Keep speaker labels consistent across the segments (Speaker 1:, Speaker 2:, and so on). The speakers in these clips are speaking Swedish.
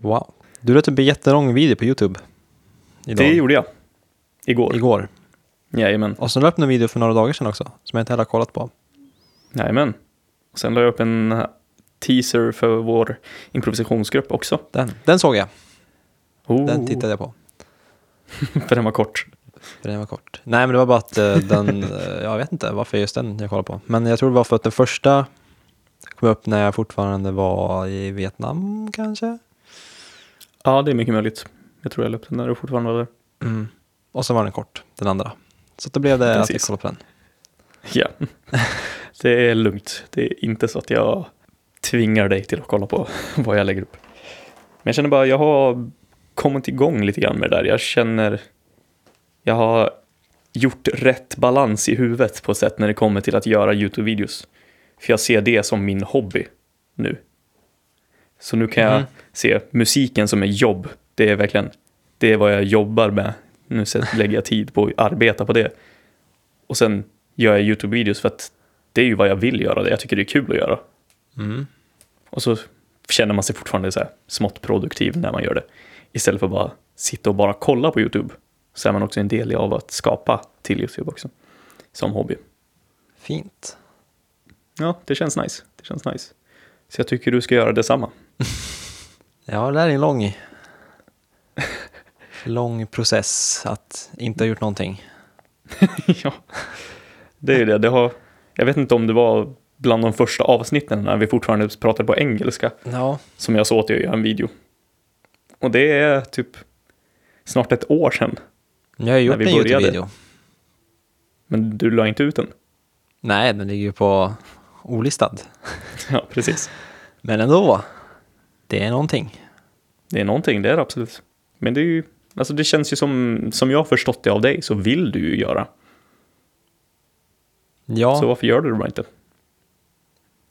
Speaker 1: Wow. Du la upp en jättelång video på Youtube. Idag.
Speaker 2: Det gjorde jag. Igår.
Speaker 1: Igår.
Speaker 2: Jajamän.
Speaker 1: Och sen la jag upp en video för några dagar sedan också, som jag inte heller har kollat på.
Speaker 2: Jajamän. Och sen la jag upp en teaser för vår improvisationsgrupp också.
Speaker 1: Den, den såg jag.
Speaker 2: Oh,
Speaker 1: Den tittade jag på.
Speaker 2: För den var kort.
Speaker 1: För den var kort. Nej, men det var bara att eh, den, eh, jag vet inte varför just den jag kollade på. Men jag tror det var för att den första kom upp när jag fortfarande var i Vietnam kanske.
Speaker 2: Ja, det är mycket möjligt. Jag tror jag la upp den när du fortfarande var där.
Speaker 1: Mm. Och så var den kort, den andra. Så då blev det att jag
Speaker 2: Precis.
Speaker 1: kollade på den.
Speaker 2: Ja. Det är lugnt. Det är inte så att jag tvingar dig till att kolla på vad jag lägger upp. Men jag känner bara, jag har kommit igång lite grann med det där. Jag känner, jag har gjort rätt balans i huvudet på ett sätt när det kommer till att göra YouTube-videos. För jag ser det som min hobby nu. Så nu kan jag
Speaker 1: Mhm.
Speaker 2: se musiken som ett jobb. Det är verkligen, det är vad jag jobbar med. Nu sätt- lägger jag tid på att arbeta på det. Och sen gör jag YouTube-videos för att det är ju vad jag vill göra. Jag tycker det är kul att göra.
Speaker 1: Mm.
Speaker 2: Och så känner man sig fortfarande så här smått produktiv när man gör det. Istället för att bara sitta och bara kolla på YouTube så är man också en del av att skapa till YouTube också. Som hobby.
Speaker 1: Fint.
Speaker 2: Ja, det känns nice. Det känns nice. Så jag tycker du ska göra detsamma.
Speaker 1: Ja, det här är en lång, lång process att inte ha gjort någonting.
Speaker 2: ja, det är ju det. det har, jag vet inte om det var bland de första avsnitten när vi fortfarande pratade på engelska
Speaker 1: Ja,
Speaker 2: som jag såg att jag gör en video. Och det är typ snart ett år sedan.
Speaker 1: jag har ju gjort
Speaker 2: vi
Speaker 1: en
Speaker 2: började.
Speaker 1: YouTube-video.
Speaker 2: Men du la inte ut den.
Speaker 1: Nej, den ligger ju på olistad.
Speaker 2: ja, precis.
Speaker 1: Men ändå, det är någonting.
Speaker 2: Det är någonting, det är det absolut. Men det är ju, alltså det känns ju som, som jag har förstått det av dig så vill du ju göra.
Speaker 1: Ja,
Speaker 2: Så varför gör du det bara inte?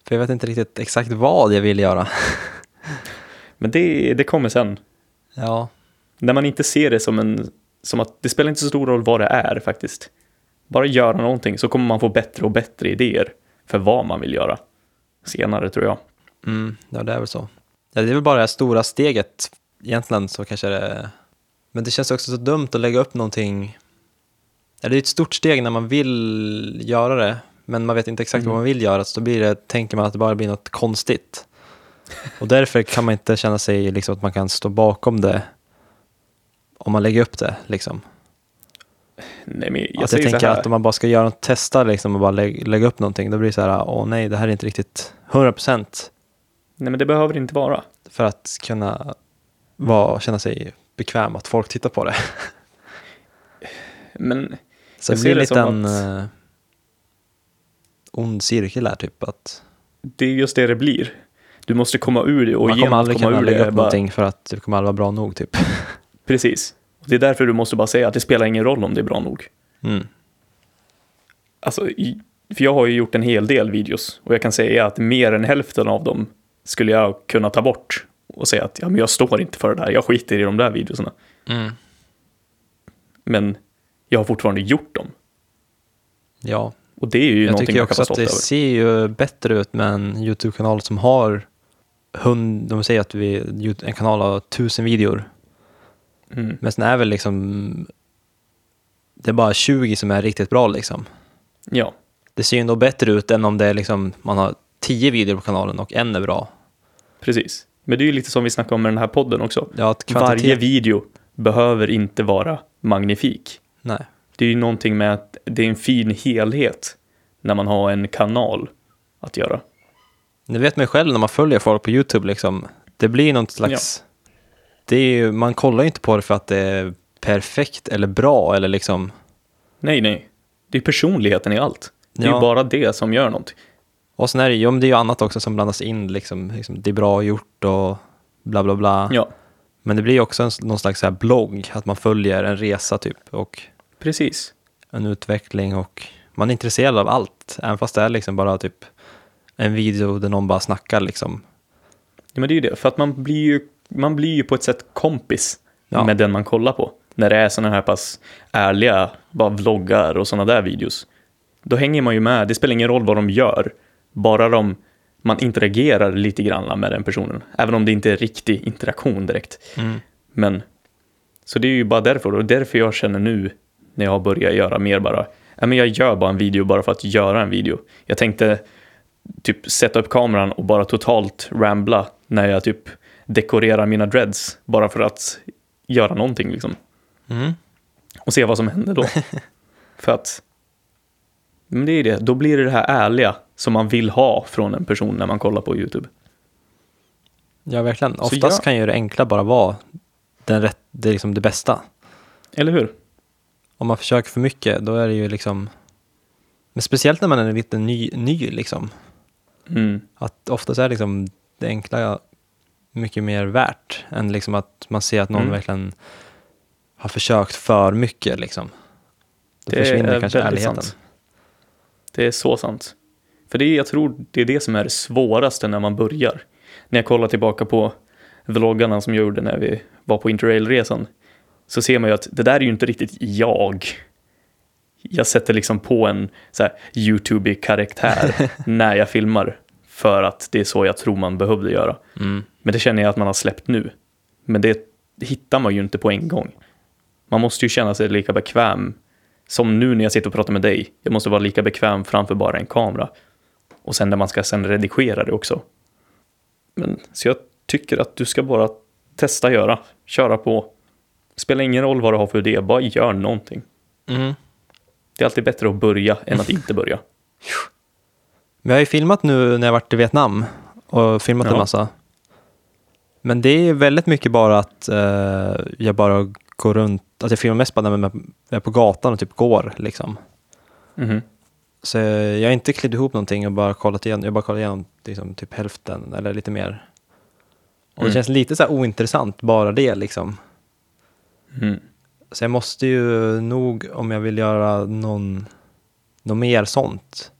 Speaker 1: för jag vet inte riktigt exakt vad jag vill göra.
Speaker 2: Men det, det kommer sen.
Speaker 1: Ja,
Speaker 2: När man inte ser det som en, som att det spelar inte så stor roll vad det är faktiskt. Bara göra någonting så kommer man få bättre och bättre idéer för vad man vill göra. Senare tror jag.
Speaker 1: mm, ja det är väl så. Ja, det är väl bara det här stora steget egentligen så kanske det... Men det känns också så dumt att lägga upp någonting. Ja, det är ett stort steg när man vill göra det, men man vet inte exakt
Speaker 2: Mm.
Speaker 1: vad man vill göra, så då blir det, tänker man att det bara blir något konstigt. Och därför kan man inte känna sig liksom att man kan stå bakom det om man lägger upp det. Liksom.
Speaker 2: Nej, men jag
Speaker 1: Jag att jag
Speaker 2: säger så
Speaker 1: tänker
Speaker 2: här.
Speaker 1: att om man bara ska göra något, testa liksom och bara lä- lägga upp någonting, då blir det så här, åh nej, det här är inte riktigt 100%
Speaker 2: Nej, men det behöver det inte vara.
Speaker 1: för att kunna vara, känna sig bekväm att folk tittar på det.
Speaker 2: Men
Speaker 1: Så
Speaker 2: Jag
Speaker 1: det
Speaker 2: ser
Speaker 1: blir en
Speaker 2: det som
Speaker 1: liten
Speaker 2: att-
Speaker 1: eh, ond cirkel här typ, att
Speaker 2: det är just det det blir. Du måste komma ur det och
Speaker 1: man kommer
Speaker 2: genom att
Speaker 1: aldrig
Speaker 2: komma
Speaker 1: kunna
Speaker 2: ur
Speaker 1: lägga
Speaker 2: det
Speaker 1: upp
Speaker 2: bara-
Speaker 1: någonting för att det kommer aldrig vara bra nog typ.
Speaker 2: Precis. Det är därför du måste bara säga att det spelar ingen roll om det är bra nog.
Speaker 1: Mm.
Speaker 2: Alltså, i- för jag har ju gjort en hel del videos och jag kan säga att mer än hälften av dem skulle jag kunna ta bort och säga att ja, men jag står inte för det där, jag skiter i de där videorna. Men jag har fortfarande gjort dem.
Speaker 1: Ja,
Speaker 2: Och det är ju
Speaker 1: jag
Speaker 2: någonting
Speaker 1: tycker
Speaker 2: jag kan
Speaker 1: också
Speaker 2: vara
Speaker 1: att
Speaker 2: stolt
Speaker 1: det
Speaker 2: över.
Speaker 1: ser ju bättre ut med en YouTube-kanal som har hund, de säger att vi, en kanal har tusen videor.
Speaker 2: Mm.
Speaker 1: Men sen är väl liksom, det är bara 20 som är riktigt bra liksom.
Speaker 2: Ja,
Speaker 1: Det ser ju ändå bättre ut än om det är liksom, man har 10 videor på kanalen och en är bra.
Speaker 2: precis. Men det är ju lite som vi snackade om med den här podden också.
Speaker 1: Ja, att kvantitet,
Speaker 2: Varje video behöver inte vara magnifik.
Speaker 1: Nej.
Speaker 2: Det är ju någonting med att det är en fin helhet när man har en kanal att göra.
Speaker 1: Nu vet man ju själv när man följer folk på YouTube liksom, det blir någon slags, det är ju, man kollar ju inte på det för att det är perfekt eller bra eller liksom,
Speaker 2: Nej, nej. Det är personligheten i allt. Det är
Speaker 1: Ja.
Speaker 2: ju bara det som gör någonting.
Speaker 1: och sen är det ju, ja, men det är ju annat också som blandas in liksom, liksom det är bra gjort och bla bla bla.
Speaker 2: Ja,
Speaker 1: Men det blir ju också en, någon slags så här blogg, att man följer en resa typ och
Speaker 2: precis.
Speaker 1: en utveckling och man är intresserad av allt, även fast det är liksom bara typ en video där någon bara snackar liksom.
Speaker 2: Ja, men det är ju det. För att man blir ju, man blir ju på ett sätt kompis
Speaker 1: Ja.
Speaker 2: med den man kollar på. När det är sådana här pass ärliga, bara vloggar och sådana där videos. Då hänger man ju med. Det spelar ingen roll vad de gör. Bara de man interagerar lite grann med den personen. Även om det inte är riktig interaktion direkt.
Speaker 1: Mm.
Speaker 2: Men, så det är ju bara därför, och därför jag känner nu när jag börjar göra mer bara, ja men jag gör bara en video bara för att göra en video. Jag tänkte typ sätta upp kameran och bara totalt rambla när jag typ dekorerar mina dreads bara för att göra någonting liksom.
Speaker 1: Mm.
Speaker 2: Och se vad som händer då. för att, men det är ju det, då blir det det här ärliga som man vill ha från en person när man kollar på YouTube.
Speaker 1: Ja, verkligen.
Speaker 2: Så
Speaker 1: Oftast
Speaker 2: jag-
Speaker 1: kan ju det enkla bara vara den rätt, det, är liksom det bästa.
Speaker 2: Eller hur?
Speaker 1: Om man försöker för mycket, då är det ju liksom... Men speciellt när man är lite ny, ny liksom.
Speaker 2: Mm.
Speaker 1: Att oftast är liksom det enkla mycket mer värt än liksom att man ser att någon
Speaker 2: Mm.
Speaker 1: verkligen har försökt för mycket liksom. Då
Speaker 2: Det
Speaker 1: försvinner
Speaker 2: är
Speaker 1: kanske
Speaker 2: väldigt
Speaker 1: ärligheten.
Speaker 2: sant. Det är så sant. För det, är- jag tror det är det som är det svåraste när man börjar. När jag kollar tillbaka på vloggarna som jag gjorde när vi var på interrailresan så ser man ju att det där är ju inte riktigt jag. Jag sätter liksom på en så här YouTube-karaktär när jag filmar för att det är så jag tror man behövde göra.
Speaker 1: Mm.
Speaker 2: Men det känner jag att man har släppt nu. Men det hittar man ju inte på en gång. Man måste ju känna sig lika bekväm som nu när jag sitter och pratar med dig. Jag måste vara lika bekväm framför bara en kamera. Och sen när man ska sen redigera det också. Men, så jag tycker att du ska bara testa göra, köra på. Spelar ingen roll vad du har för idé, bara gör någonting.
Speaker 1: Mm.
Speaker 2: Det är alltid bättre att börja än att inte börja.
Speaker 1: Men jag har ju filmat nu när jag varit i Vietnam och filmat en
Speaker 2: Ja.
Speaker 1: massa. Men det är väldigt mycket bara att eh, jag bara går runt, att jag filmar mest bara när jag är på gatan och typ går liksom. Mm-hmm.
Speaker 2: Mhm.
Speaker 1: Så jag har inte klippt ihop någonting och bara kollat igen. Jag bara kollat igenom liksom, typ hälften eller lite mer. Och
Speaker 2: Mm.
Speaker 1: det känns lite så här ointressant, bara det liksom.
Speaker 2: Mm.
Speaker 1: Så jag måste ju nog, om jag vill göra någon, något mer sånt,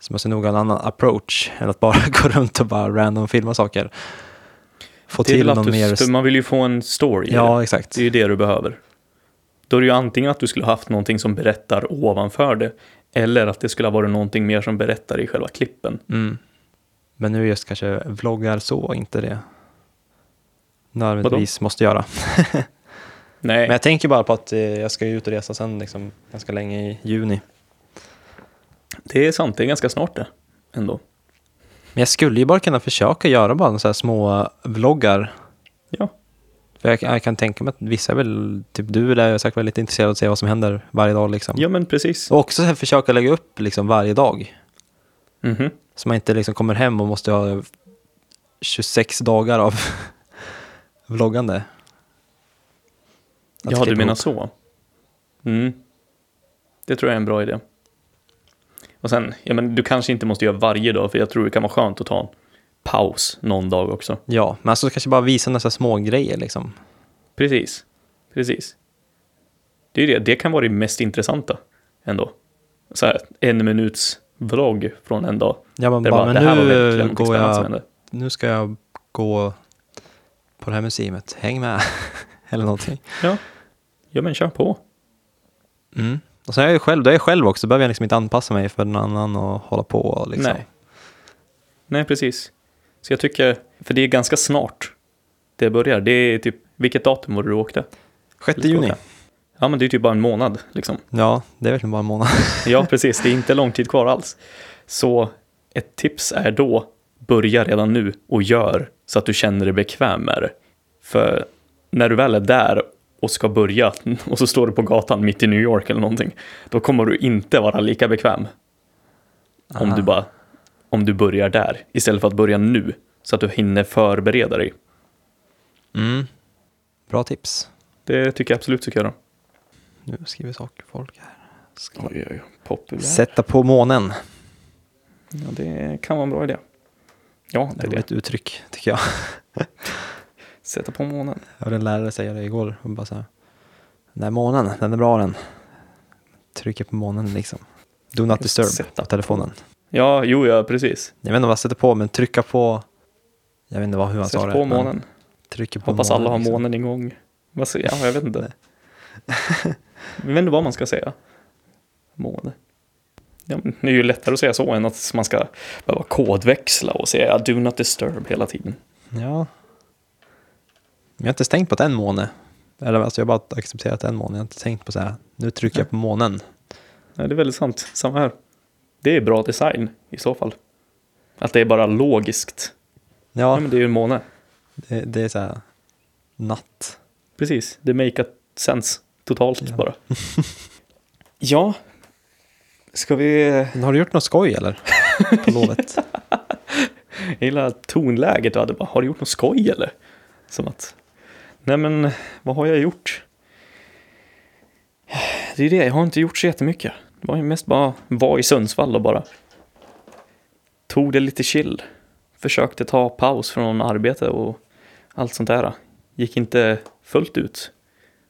Speaker 1: så måste jag nog ha en annan approach än att bara gå runt och bara random filma saker. Få
Speaker 2: Det är
Speaker 1: till
Speaker 2: väl att
Speaker 1: någon
Speaker 2: du,
Speaker 1: mer...
Speaker 2: för man vill ju få en story. i det.
Speaker 1: Ja, exakt.
Speaker 2: Det är ju det du behöver. Då är det ju antingen att du skulle haft någonting som berättar ovanför det, eller att det skulle ha varit någonting mer som berättar i själva klippen.
Speaker 1: Mm. Men nu är just kanske vloggar så, inte det nödvändigtvis måste göra.
Speaker 2: Nej,
Speaker 1: Men jag tänker bara på att eh, jag ska ju ut och resa sen liksom, ganska länge i juni.
Speaker 2: det är sant, det är ganska snart det. Ändå.
Speaker 1: Men jag skulle ju bara kunna försöka göra bara så här små vloggar.
Speaker 2: Ja.
Speaker 1: För jag, jag kan tänka mig att vissa är väl, typ du eller jag är säkert väldigt intresserad av att se vad som händer varje dag liksom.
Speaker 2: ja, men precis.
Speaker 1: Och också så här, försöka lägga upp liksom varje dag.
Speaker 2: Mhm.
Speaker 1: Så man inte liksom kommer hem och måste ha 26 dagar av vloggande. Att
Speaker 2: Ja,
Speaker 1: klippa
Speaker 2: du menar
Speaker 1: ihop.
Speaker 2: så. Mm. Det tror jag är en bra idé. Och sen, ja, men du kanske inte måste göra varje dag, för jag tror det kan vara skönt att ta en paus någon dag också.
Speaker 1: Ja, men alltså kanske bara visa några så här små grejer liksom.
Speaker 2: Precis. Precis. Det är det. Det kan vara det mest intressanta ändå. Så här, en minuts vlogg från en dag.
Speaker 1: Ja, men
Speaker 2: Där
Speaker 1: bara,
Speaker 2: bara,
Speaker 1: men
Speaker 2: det här var
Speaker 1: nu
Speaker 2: verkligen
Speaker 1: går
Speaker 2: spännande
Speaker 1: jag,
Speaker 2: som hände.
Speaker 1: nu ska jag gå på det här museet, häng med. eller någonting.
Speaker 2: Ja. ja, men kör på.
Speaker 1: Mm. Och sen är jag ju själv, då är jag själv också, då behöver jag liksom inte anpassa mig för någon annan och hålla på och liksom.
Speaker 2: Nej. Nej, precis. Så jag tycker, för det är ganska snart det börjar. Det är typ, vilket datum var det du åkte?
Speaker 1: 6 juni.
Speaker 2: Ja, men det är typ bara en månad liksom.
Speaker 1: Ja, det är verkligen bara en månad.
Speaker 2: Ja, precis. Det är inte lång tid kvar alls. Så ett tips är då, börja redan nu och gör så att du känner dig bekväm med det. För när du väl är där och ska börja och så står du på gatan mitt i New York eller någonting, då kommer du inte vara lika bekväm om
Speaker 1: Aha.
Speaker 2: du bara om du börjar där istället för att börja nu så att du hinner förbereda dig.
Speaker 1: Mm. Bra tips.
Speaker 2: Det tycker jag absolut du ska göra.
Speaker 1: Nu skriver saker folk här. Ska-
Speaker 2: Oj, oj, oj.
Speaker 1: Sätta på månen.
Speaker 2: Ja, det kan vara en bra idé. Ja, det
Speaker 1: Det
Speaker 2: är
Speaker 1: är
Speaker 2: det.
Speaker 1: ett uttryck, tycker jag.
Speaker 2: Sätta på månen.
Speaker 1: Jag hörde en lärare säga det igår. Hon bara så här, den där månen, den är bra den. Trycker på månen liksom. Do not disturb
Speaker 2: Sätta
Speaker 1: på telefonen.
Speaker 2: Ja, jo, ja, precis.
Speaker 1: Jag vet inte vad sätta på, men trycka på... Jag vet inte vad, hur han sa
Speaker 2: Sätt
Speaker 1: det.
Speaker 2: på
Speaker 1: men
Speaker 2: månen.
Speaker 1: Trycker på
Speaker 2: Hoppas
Speaker 1: månen,
Speaker 2: alla har
Speaker 1: liksom.
Speaker 2: månen igång. Vad säger jag? Jag vet inte. jag vet inte vad man ska säga. Måne. Ja, men det är ju lättare att säga så än att man ska behöva kodväxla och säga do not disturb hela tiden.
Speaker 1: Ja. Jag har inte stängt på att en måne. Eller alltså jag har bara accepterat en måne. Jag har inte tänkt på så här, nu trycker jag på månen.
Speaker 2: Nej, det är väldigt sant. Samma här. Det är bra design i så fall. Att det är bara logiskt. Ja,
Speaker 1: Ja,
Speaker 2: men det är ju en måne.
Speaker 1: det, det är så här natt.
Speaker 2: Precis, det make a sense totalt
Speaker 1: Ja.
Speaker 2: bara. ja, ska vi...
Speaker 1: Men har du gjort något skoj eller? På lovet?
Speaker 2: Jag gillar tonläget du hade bara, har du gjort något skoj eller? Som att, nej men vad har jag gjort? Det är det, jag har inte gjort så jättemycket. Det var ju mest bara, var i Sundsvall och bara tog det lite chill. Försökte ta paus från arbete och allt sånt där. Gick inte fullt ut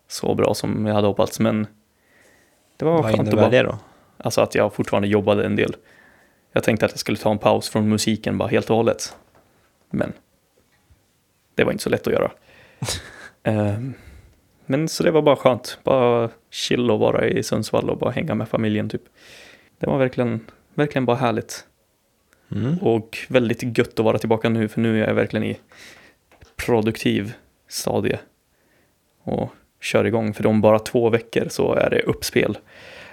Speaker 2: så bra som jag hade hoppats men det var
Speaker 1: Vad
Speaker 2: skönt att bara
Speaker 1: innebär det då?
Speaker 2: Alltså att jag fortfarande jobbade en del. Jag tänkte att jag skulle ta en paus från musiken bara helt och hållet. Men det var inte så lätt att göra. Ehm, Men så det var bara skönt. Bara chill och vara i Sundsvall och bara hänga med familjen typ. Det var verkligen, verkligen bara härligt.
Speaker 1: Mm.
Speaker 2: Och väldigt gött att vara tillbaka nu för nu är jag verkligen i produktiv stadie. Och kör igång för om bara två veckor så är det uppspel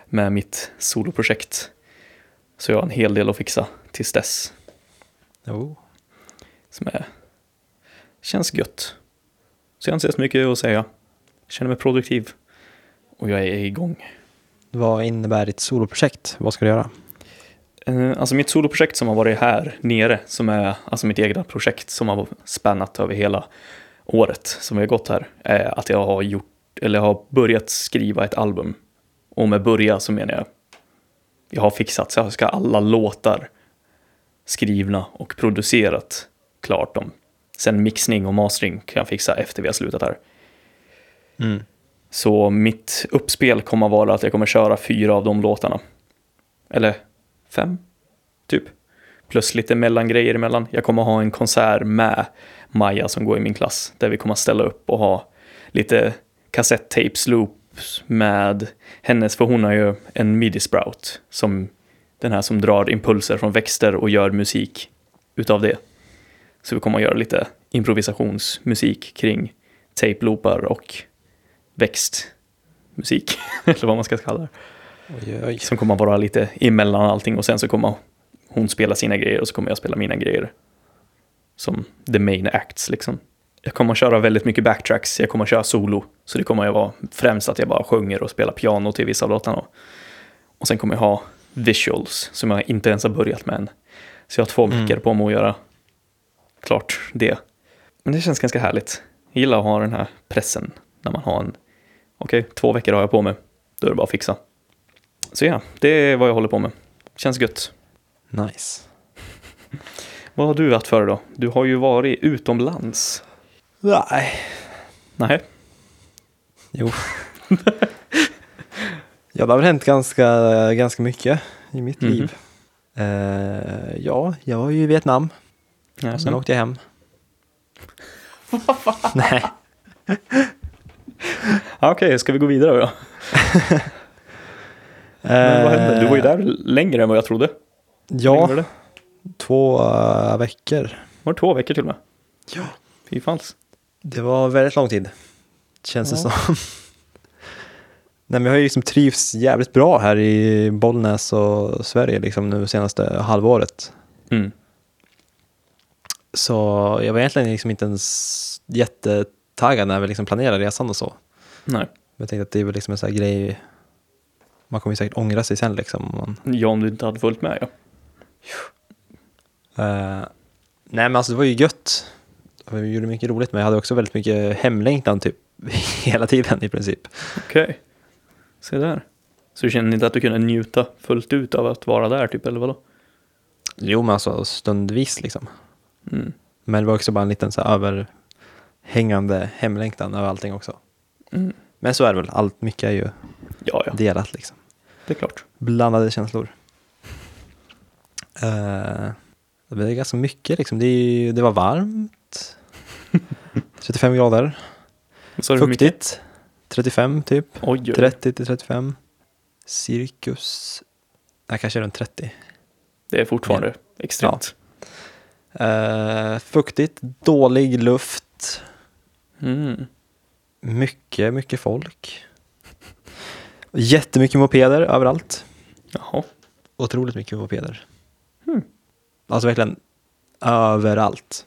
Speaker 2: med mitt soloprojekt. Så jag har en hel del att fixa tills dess
Speaker 1: Jo.
Speaker 2: som är känns gött. Så jag har inte så mycket att säga. Känner mig produktiv och jag är igång.
Speaker 1: Vad innebär ditt soloprojekt? Vad ska du göra?
Speaker 2: Eh, Alltså mitt soloprojekt som har varit här nere, som är alltså mitt egna projekt som har spännat över hela året som vi har gått här, är att jag har, gjort, eller jag har börjat skriva ett album. Och med börja så menar jag, jag har fixat så jag ska ha alla låtar skrivna och producerat klart dem. Sen mixning och mastering kan jag fixa efter vi har slutat här.
Speaker 1: Mm.
Speaker 2: Så mitt uppspel kommer att vara att jag kommer köra fyra av de låtarna. Eller fem, typ. Plus lite mellangrejer emellan. Jag kommer ha en konsert med Maja som går i min klass. Där vi kommer att ställa upp och ha lite kassettapes loops med hennes, för hon har ju en midi-sprout. Som den här som drar impulser från växter och gör musik utav det. Så vi kommer att göra lite improvisationsmusik kring tape-loopar och växtmusik, eller vad man ska kalla det.
Speaker 1: Oj, oj.
Speaker 2: Som kommer vara lite emellan allting och sen så kommer hon spela sina grejer och så kommer jag spela mina grejer. Som the main acts liksom. Jag kommer att köra väldigt mycket backtracks, jag kommer att köra solo. Så det kommer att vara främst att jag bara sjunger och spelar piano till vissa av låtarna. Och sen kommer jag ha visuals som jag inte ens har börjat med än. Så jag har två
Speaker 1: Mm.
Speaker 2: veckor på mig att göra klart det. Men det känns ganska härligt. Jag gillar att ha den här pressen när man har en, okej, två veckor har jag på mig, då är det bara att fixa. Så ja, det är vad jag håller på med. Känns gött.
Speaker 1: Nice.
Speaker 2: Vad har du haft för dig då? Du har ju varit utomlands.
Speaker 1: Nej.
Speaker 2: Nej,
Speaker 1: Jo. ja, det har väl hänt ganska, ganska mycket i mitt
Speaker 2: Mhm.
Speaker 1: liv. Eh, ja, jag var ju i Vietnam. Och sen
Speaker 2: Jaså.
Speaker 1: åkte jag hem. Nej,
Speaker 2: Ja, Ah, Okej, ska vi gå vidare då? Men vad hände? Du var ju där längre än vad jag trodde. Hur länge
Speaker 1: Eh, Ja,
Speaker 2: Var det?
Speaker 1: två eh, veckor.
Speaker 2: var det två veckor till och med?
Speaker 1: Ja.
Speaker 2: Fy fanns.
Speaker 1: Det var väldigt lång tid, känns det
Speaker 2: Ja.
Speaker 1: som. Nej, men jag har ju liksom trivs jävligt bra här i Bollnäs och Sverige liksom nu senaste halvåret.
Speaker 2: Mm.
Speaker 1: Så jag var egentligen liksom inte ens jättetaggad när vi liksom planerade resan och så.
Speaker 2: Nej,
Speaker 1: Men jag tänkte att det är väl liksom en sån här grej, man kommer ju säkert ångra sig sen liksom. om Man,
Speaker 2: ja om du inte hade följt med ja.
Speaker 1: Eh, nej men alltså det var ju gött. Vi gjorde mycket roligt men jag hade också väldigt mycket hemlängtan typ hela tiden i princip.
Speaker 2: Okej, se där. Så du kände inte att du kunde njuta fullt ut av att vara där typ, eller vadå?
Speaker 1: Jo men alltså stundvis liksom.
Speaker 2: Mm.
Speaker 1: Men det var också bara en liten så här överhängande hemlängtan över allting också.
Speaker 2: Mm.
Speaker 1: Men så är det väl, allt mycket är ju
Speaker 2: Ja, ja,
Speaker 1: delat liksom.
Speaker 2: det är klart.
Speaker 1: Blandade känslor. Eh, det är ganska mycket liksom. Det, är ju, det var varmt. 35 grader.
Speaker 2: Och så är det hur mycket?
Speaker 1: Fuktigt. 35 typ.
Speaker 2: Oj, oj.
Speaker 1: 30 till 35. Cirkus jag kanske är runt 30.
Speaker 2: Det är fortfarande extremt.
Speaker 1: Eh, fuktigt, dålig luft,
Speaker 2: Mm.
Speaker 1: mycket, mycket folk. Jättemycket mopeder överallt.
Speaker 2: Jaha.
Speaker 1: Otroligt mycket mopeder.
Speaker 2: Hmm.
Speaker 1: Alltså verkligen överallt.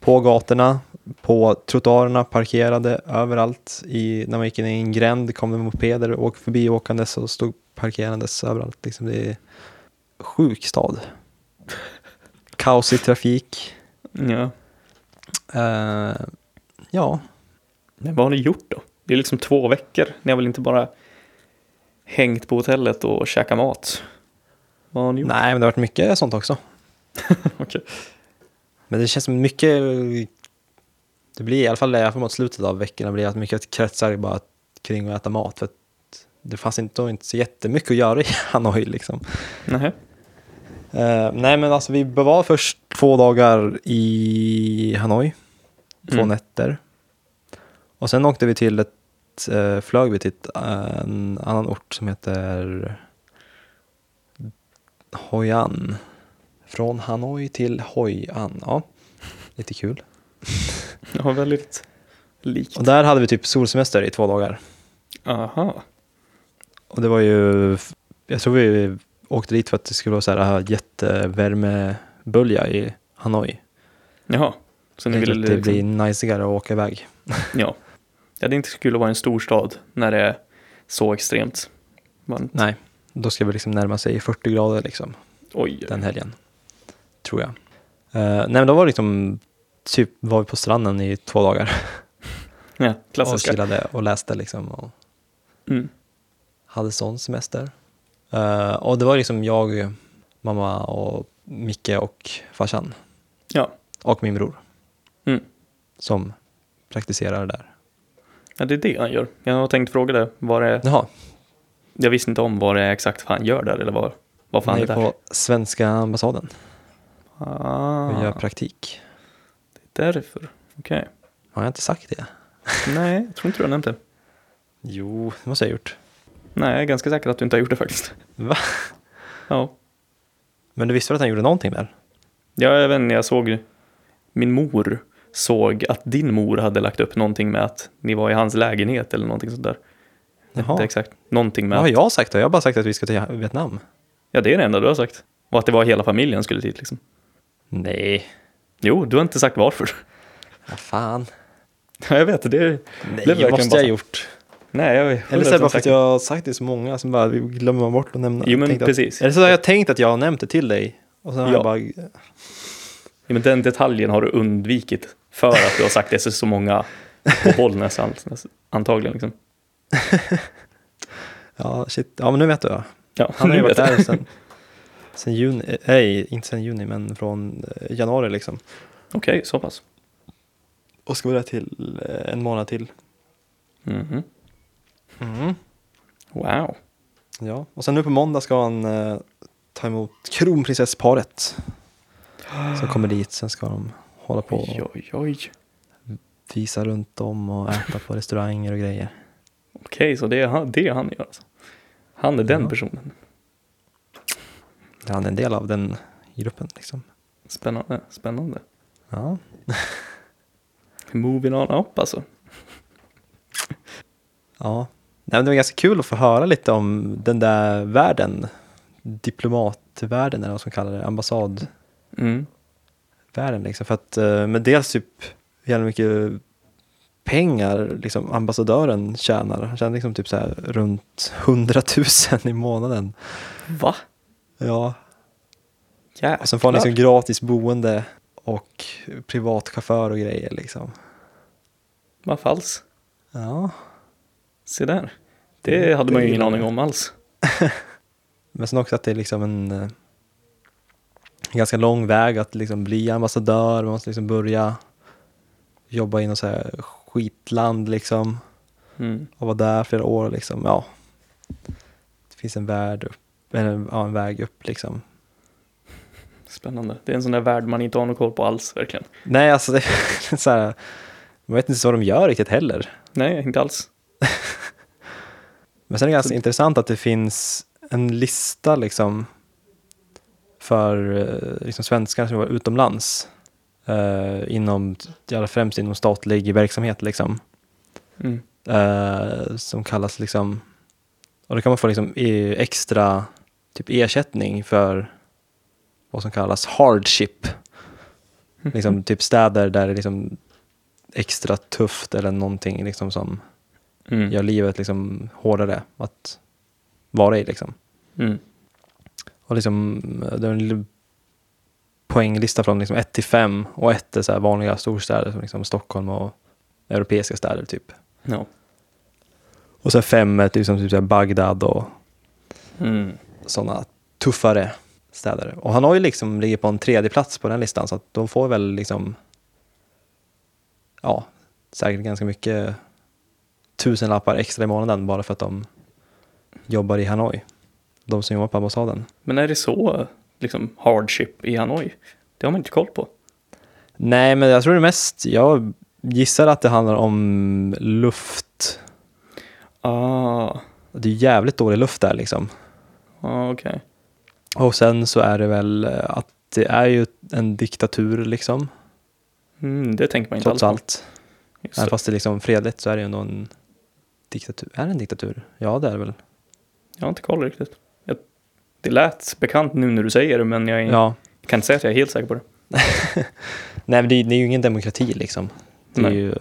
Speaker 1: På gatorna, på trottoarerna, parkerade överallt. I, när man gick in i en gränd kom det mopeder och förbi åkandes och stod parkerandes överallt. Liksom det är sjuk stad. Kaos i trafik.
Speaker 2: Ja.
Speaker 1: Eh, ja,
Speaker 2: Men vad har ni gjort då? Det är liksom två veckor. Ni har väl inte bara hängt på hotellet och käkat mat? Vad har ni gjort?
Speaker 1: nej men det har varit mycket sånt också.
Speaker 2: Okej.
Speaker 1: Men det känns som mycket, det blir i alla fall jag får mot slutet av veckorna blir att mycket kretsar bara kring att äta mat för att det fanns inte, inte så jättemycket att göra i Hanoi liksom.
Speaker 2: Nähä.
Speaker 1: Eh, nej men alltså vi var först två dagar i Hanoi, två
Speaker 2: Mm.
Speaker 1: nätter. Och sen åkte vi till ett, eh, flög vi till ett, eh, en annan ort som heter Hoi An. Från Hanoi till Hoi An, ja. Lite kul.
Speaker 2: Ja, väldigt likt.
Speaker 1: Och där hade vi typ solsemester i två dagar.
Speaker 2: Aha.
Speaker 1: Och det var ju, jag tror vi åkte dit för att det skulle vara så här jättevärmebölja i Hanoi.
Speaker 2: Jaha. Så ni
Speaker 1: Jag
Speaker 2: ville
Speaker 1: tror att det
Speaker 2: liksom...
Speaker 1: blir najsigare att åka iväg.
Speaker 2: Ja. ja, det är inte så kul att vara i en storstad när det är så extremt. Man,
Speaker 1: Nej, då ska vi liksom närma sig 40 grader liksom
Speaker 2: oj,
Speaker 1: den helgen. Tror jag. Eh, nej men då var det liksom, typ var vi på stranden i två dagar
Speaker 2: ja,
Speaker 1: och
Speaker 2: klassiska.
Speaker 1: chillade och läste liksom och
Speaker 2: Mm.
Speaker 1: hade sån semester. Eh, och det var liksom jag, mamma och Micke och farsan
Speaker 2: Ja.
Speaker 1: och min bror
Speaker 2: Mm.
Speaker 1: som praktiserar där.
Speaker 2: ja, det är det han gör. Jag har tänkt fråga dig, vad det,
Speaker 1: Jaha,
Speaker 2: jag visste inte om vad det är exakt han gör där eller vad, vad fan
Speaker 1: han
Speaker 2: det
Speaker 1: är
Speaker 2: där.
Speaker 1: på svenska ambassaden och
Speaker 2: Ah,
Speaker 1: gör praktik.
Speaker 2: därför. Okej.
Speaker 1: Har jag inte sagt det?
Speaker 2: Nej, jag tror inte du har nämnt det.
Speaker 1: Jo, det måste jag ha gjort.
Speaker 2: Nej, jag är ganska säker att du inte har gjort det faktiskt.
Speaker 1: Va?
Speaker 2: Ja,
Speaker 1: Men du visste väl att han gjorde någonting där?
Speaker 2: ja jag vet inte, jag såg min mor såg att din mor hade lagt upp någonting med att ni var i hans lägenhet eller någonting sånt där.
Speaker 1: Jaha.
Speaker 2: Inte exakt. Någonting med
Speaker 1: Vad har
Speaker 2: att,
Speaker 1: jag sagt då? Jag har bara sagt att vi ska till Vietnam.
Speaker 2: ja det är det enda du har sagt. Och att det var hela familjen skulle dit liksom.
Speaker 1: Nej,
Speaker 2: Jo, du har inte sagt varför.
Speaker 1: vad fan.
Speaker 2: Ja, jag vet, det är...
Speaker 1: Nej,
Speaker 2: det är verkligen
Speaker 1: måste
Speaker 2: bara
Speaker 1: jag
Speaker 2: så-
Speaker 1: ha gjort.
Speaker 2: Nej, jag är
Speaker 1: Eller så är det bara
Speaker 2: 100%
Speaker 1: för att
Speaker 2: säker.
Speaker 1: jag har sagt det så många som bara vi glömmer man bort att nämna.
Speaker 2: Jo, men
Speaker 1: Tänkte
Speaker 2: precis.
Speaker 1: Att, eller så har jag tänkt att jag har nämnt det till dig. Och sen har
Speaker 2: Ja.
Speaker 1: jag bara,
Speaker 2: Ja, men den detaljen har du undvikit för att du har sagt det till så många på Bollnäs an- antagligen. Liksom.
Speaker 1: ja shit, ja men nu vet du. ja.
Speaker 2: Ja,
Speaker 1: Han har
Speaker 2: nu
Speaker 1: ju varit
Speaker 2: vet
Speaker 1: där
Speaker 2: jag.
Speaker 1: sen, sen juni, nej inte sen juni men från eh, januari liksom.
Speaker 2: Okej, så pass.
Speaker 1: Och ska vara där till eh, en månad till.
Speaker 2: Mhm.
Speaker 1: Mm.
Speaker 2: Wow.
Speaker 1: Ja, och sen nu på måndag ska han eh, ta emot kronprinsessparet. Som kommer dit, sen ska de hålla på
Speaker 2: Oj,
Speaker 1: och
Speaker 2: oj, oj. Okej,
Speaker 1: visa runt om och äta på restauranger och grejer.
Speaker 2: så det är han, det är han gör alltså. Han är den
Speaker 1: Ja.
Speaker 2: personen.
Speaker 1: Han är en del av den gruppen liksom.
Speaker 2: Spännande, spännande.
Speaker 1: Ja,
Speaker 2: Moving on up alltså.
Speaker 1: ja. Nej, men det var ganska kul att få höra lite om den där världen. Diplomatvärlden eller vad som kallar det, ambassad.
Speaker 2: Mm.
Speaker 1: världen. Liksom. För att, eh, men dels typ jävla mycket pengar liksom, ambassadören tjänar. Han tjänar liksom typ så här runt 100 000 i månaden.
Speaker 2: Va?
Speaker 1: Ja.
Speaker 2: Jäklar.
Speaker 1: Och sen får han liksom gratis boende och privatchaufför och grejer. Liksom.
Speaker 2: Vad falskt.
Speaker 1: Ja.
Speaker 2: Se där.
Speaker 1: Mm.
Speaker 2: Det hade man ju ingen aning om alls.
Speaker 1: Men sen också att det är liksom en eh, ganska lång väg att liksom bli ambassadör. Man måste liksom börja jobba i något så här skitland liksom.
Speaker 2: Mm.
Speaker 1: och var där flera år liksom, ja. Det finns en värld upp, eller, ja, en väg upp liksom.
Speaker 2: Spännande. Det är en sån där värld man inte har någon koll på alls verkligen.
Speaker 1: Nej, alltså det är så här, man vet inte vad de gör riktigt heller.
Speaker 2: Nej, inte alls.
Speaker 1: Men sen är det ganska intressant att det finns en lista liksom för eh, liksom svenskar som var utomlands eh, inom, ja, främst inom statlig verksamhet liksom.
Speaker 2: Mm.
Speaker 1: eh, som kallas liksom, och då kan man få liksom e- extra typ ersättning för vad som kallas hardship. Liksom typ städer där det är liksom extra tufft eller någonting liksom som
Speaker 2: Mm.
Speaker 1: gör livet liksom hårdare att vara i liksom.
Speaker 2: Mm.
Speaker 1: Och liksom, det är en liten poänglista från liksom 1 till 5 och 1 är så här vanliga storstäder som liksom Stockholm och europeiska städer typ.
Speaker 2: Ja.
Speaker 1: Och sen 5 är typ som typ så här Bagdad och
Speaker 2: Mm.
Speaker 1: sådana tuffare städer. Och Hanoi liksom ligger på en tredje plats på den listan så att de får väl liksom ja, säkert ganska mycket tusenlappar extra i månaden bara för att de jobbar i Hanoi. De som jobbar på ambassaden.
Speaker 2: Men är det så, liksom hardship i Hanoi? Det har man inte koll på.
Speaker 1: Nej, men jag tror det mest, jag gissar att det handlar om luft.
Speaker 2: Ah,
Speaker 1: Det är jävligt dålig luft där liksom.
Speaker 2: ah okej.
Speaker 1: Och sen så är det väl eh, att det är ju en diktatur liksom,
Speaker 2: Mm, det tänker man inte
Speaker 1: trots
Speaker 2: alls
Speaker 1: allt.
Speaker 2: på. Just
Speaker 1: Även
Speaker 2: det.
Speaker 1: fast det är liksom fredligt så är det ju ändå en diktatur. Är det en diktatur? Ja, det är det väl.
Speaker 2: Jag har inte koll riktigt. Jag, det lät bekant nu när du säger det, men jag är,
Speaker 1: Ja.
Speaker 2: kan inte säga att jag är helt säker på det.
Speaker 1: Nej, men det, är- det är ju ingen demokrati liksom. Det är
Speaker 2: Nej.
Speaker 1: ju...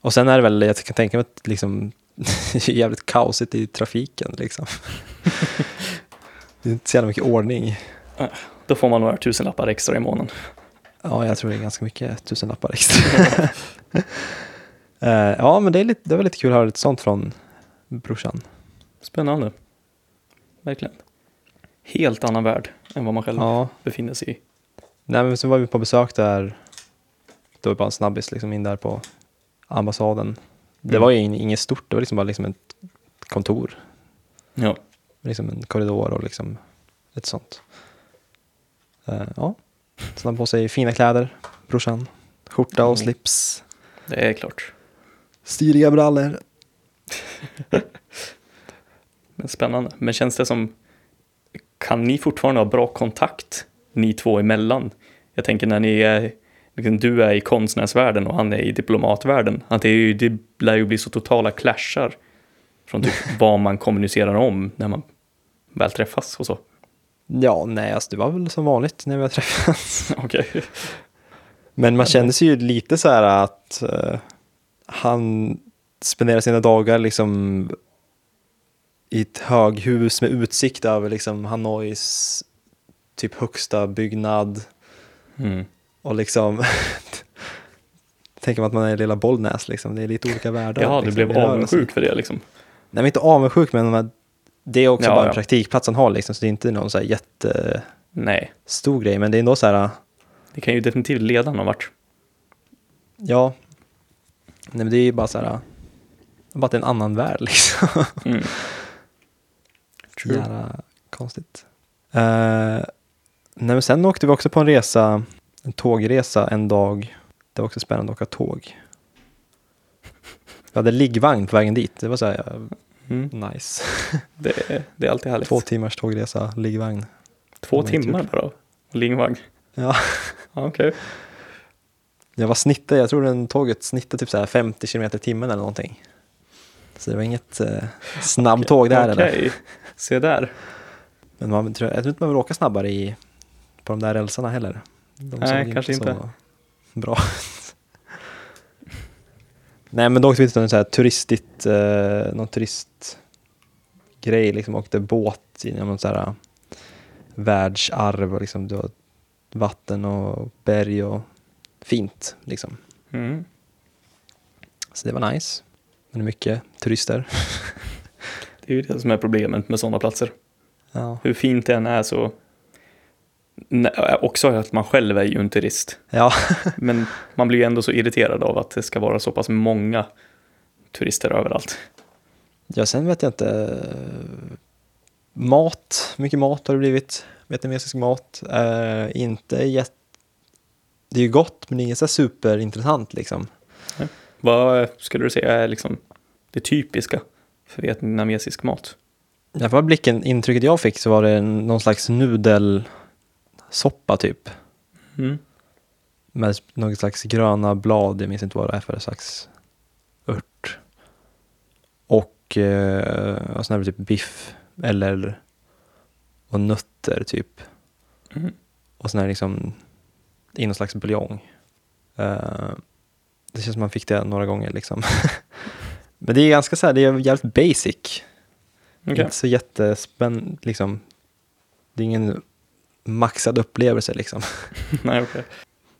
Speaker 1: Och sen är det väl, jag kan tänka mig att liksom, det är jävligt kaosigt i trafiken liksom. det är inte så jävla mycket ordning.
Speaker 2: Då får man några tusenlappar extra i månaden.
Speaker 1: Ja, jag tror det är ganska mycket tusenlappar extra. Eh, ja, men det, är lite, det var lite kul att höra lite sånt från brorsan.
Speaker 2: Spännande. Verkligen. Helt annan värld än vad man själv
Speaker 1: Ja.
Speaker 2: befinner sig i.
Speaker 1: Nej men så var vi på besök där, då var det bara en snabbis liksom in där på ambassaden. Det
Speaker 2: Mm.
Speaker 1: var ju in- inget stort, det var liksom bara liksom ett kontor,
Speaker 2: Ja.
Speaker 1: liksom en korridor och liksom ett sånt. Eh, ja, så han på sig fina kläder, brorsan, skjorta och
Speaker 2: Mm.
Speaker 1: slips,
Speaker 2: Det är klart.
Speaker 1: styriga brallor.
Speaker 2: Men spännande. Men känns det som, kan ni fortfarande ha bra kontakt ni två emellan? Jag tänker när ni är, liksom, du är i konstnärsvärlden och han är i diplomatvärlden, att det, är ju, det lär ju bli så totala clashar från typ vad man kommunicerar om när man väl träffas och så.
Speaker 1: Ja, nej alltså det var väl som vanligt när vi har träffats.
Speaker 2: Okej.
Speaker 1: Men man kände sig ju lite så här att eh, han spenderar sina dagar liksom i ett höghus med utsikt över liksom Hanois typ högsta byggnad
Speaker 2: Mm.
Speaker 1: och liksom tänker man att man är i lilla Bollnäs liksom, det är lite olika världar.
Speaker 2: Ja, du
Speaker 1: liksom, i
Speaker 2: blev
Speaker 1: rörelsen.
Speaker 2: avundsjuk för det liksom.
Speaker 1: Nej, men inte avundsjuk, men man- det är också
Speaker 2: Ja,
Speaker 1: bara en
Speaker 2: ja.
Speaker 1: praktikplats han har liksom, så det är inte någon så här jättestor
Speaker 2: Nej,
Speaker 1: grej, men det är ändå så här
Speaker 2: det kan ju definitivt leda någon vart.
Speaker 1: Ja. Nej men det är ju bara så här, bara att det är en annan värld liksom.
Speaker 2: Mm.
Speaker 1: Så Jävla konstigt. Uh, nej men sen åkte vi också på en resa, en tågresa en dag. Det var också spännande att åka tåg. Vi hade liggvagn på vägen dit, det var så här eh,
Speaker 2: Mm.
Speaker 1: nice.
Speaker 2: Det, är- det är alltid härligt.
Speaker 1: Två
Speaker 2: Två,
Speaker 1: timmars tågresa, liggvagn. det är
Speaker 2: timmar
Speaker 1: tur.
Speaker 2: bara. Lingvagn.
Speaker 1: Ja.
Speaker 2: Ja, Okej.
Speaker 1: Jag var snittade, jag tror den tåget snittade typ så här 50 km i timmen eller någonting. Så det var inget eh, snabbtåg där eller?
Speaker 2: Okej, se där.
Speaker 1: Men man, tror- jag tror inte man vill åka snabbare i, på de där rälsarna heller. De
Speaker 2: Nej,
Speaker 1: såg
Speaker 2: kanske inte.
Speaker 1: så Bra. Nej, men då åkte vi till någon så här turistigt, eh, någon turistgrej, liksom åkte båt i någon så här eh, världsarv och liksom, du har vatten och berg och fint liksom.
Speaker 2: Mm.
Speaker 1: Så det var nice. Men det är mycket turister.
Speaker 2: Det är ju det som är problemet med sådana platser.
Speaker 1: Ja,
Speaker 2: Hur fint det än är så... Nej, också att man själv är ju en turist.
Speaker 1: ja.
Speaker 2: Men man blir ju ändå så irriterad av att det ska vara så pass många turister överallt.
Speaker 1: Ja, sen vet jag inte. Mat, mycket mat har det blivit. Vietnamesisk mat. Eh, inte jätte... Det är ju gott, men det är inget så här superintressant liksom.
Speaker 2: Vad skulle du säga är liksom det typiska för vietnamesisk mat?
Speaker 1: Jag får blicken, intrycket jag fick så var det en- någon slags nudelsoppa typ.
Speaker 2: Mm.
Speaker 1: Med något slags gröna blad, jag minns inte vad det är för slags ört. Och eh, och sån här typ biff eller och nötter typ.
Speaker 2: Mm.
Speaker 1: Och sån här liksom i någon slags buljong. Eh, det känns som man fick det några gånger liksom. Men det är ganska så här, det är jävligt basic.
Speaker 2: Okej.
Speaker 1: Det är Inte så jättespänn, liksom. Det är ingen maxad upplevelse liksom.
Speaker 2: Nej, okej.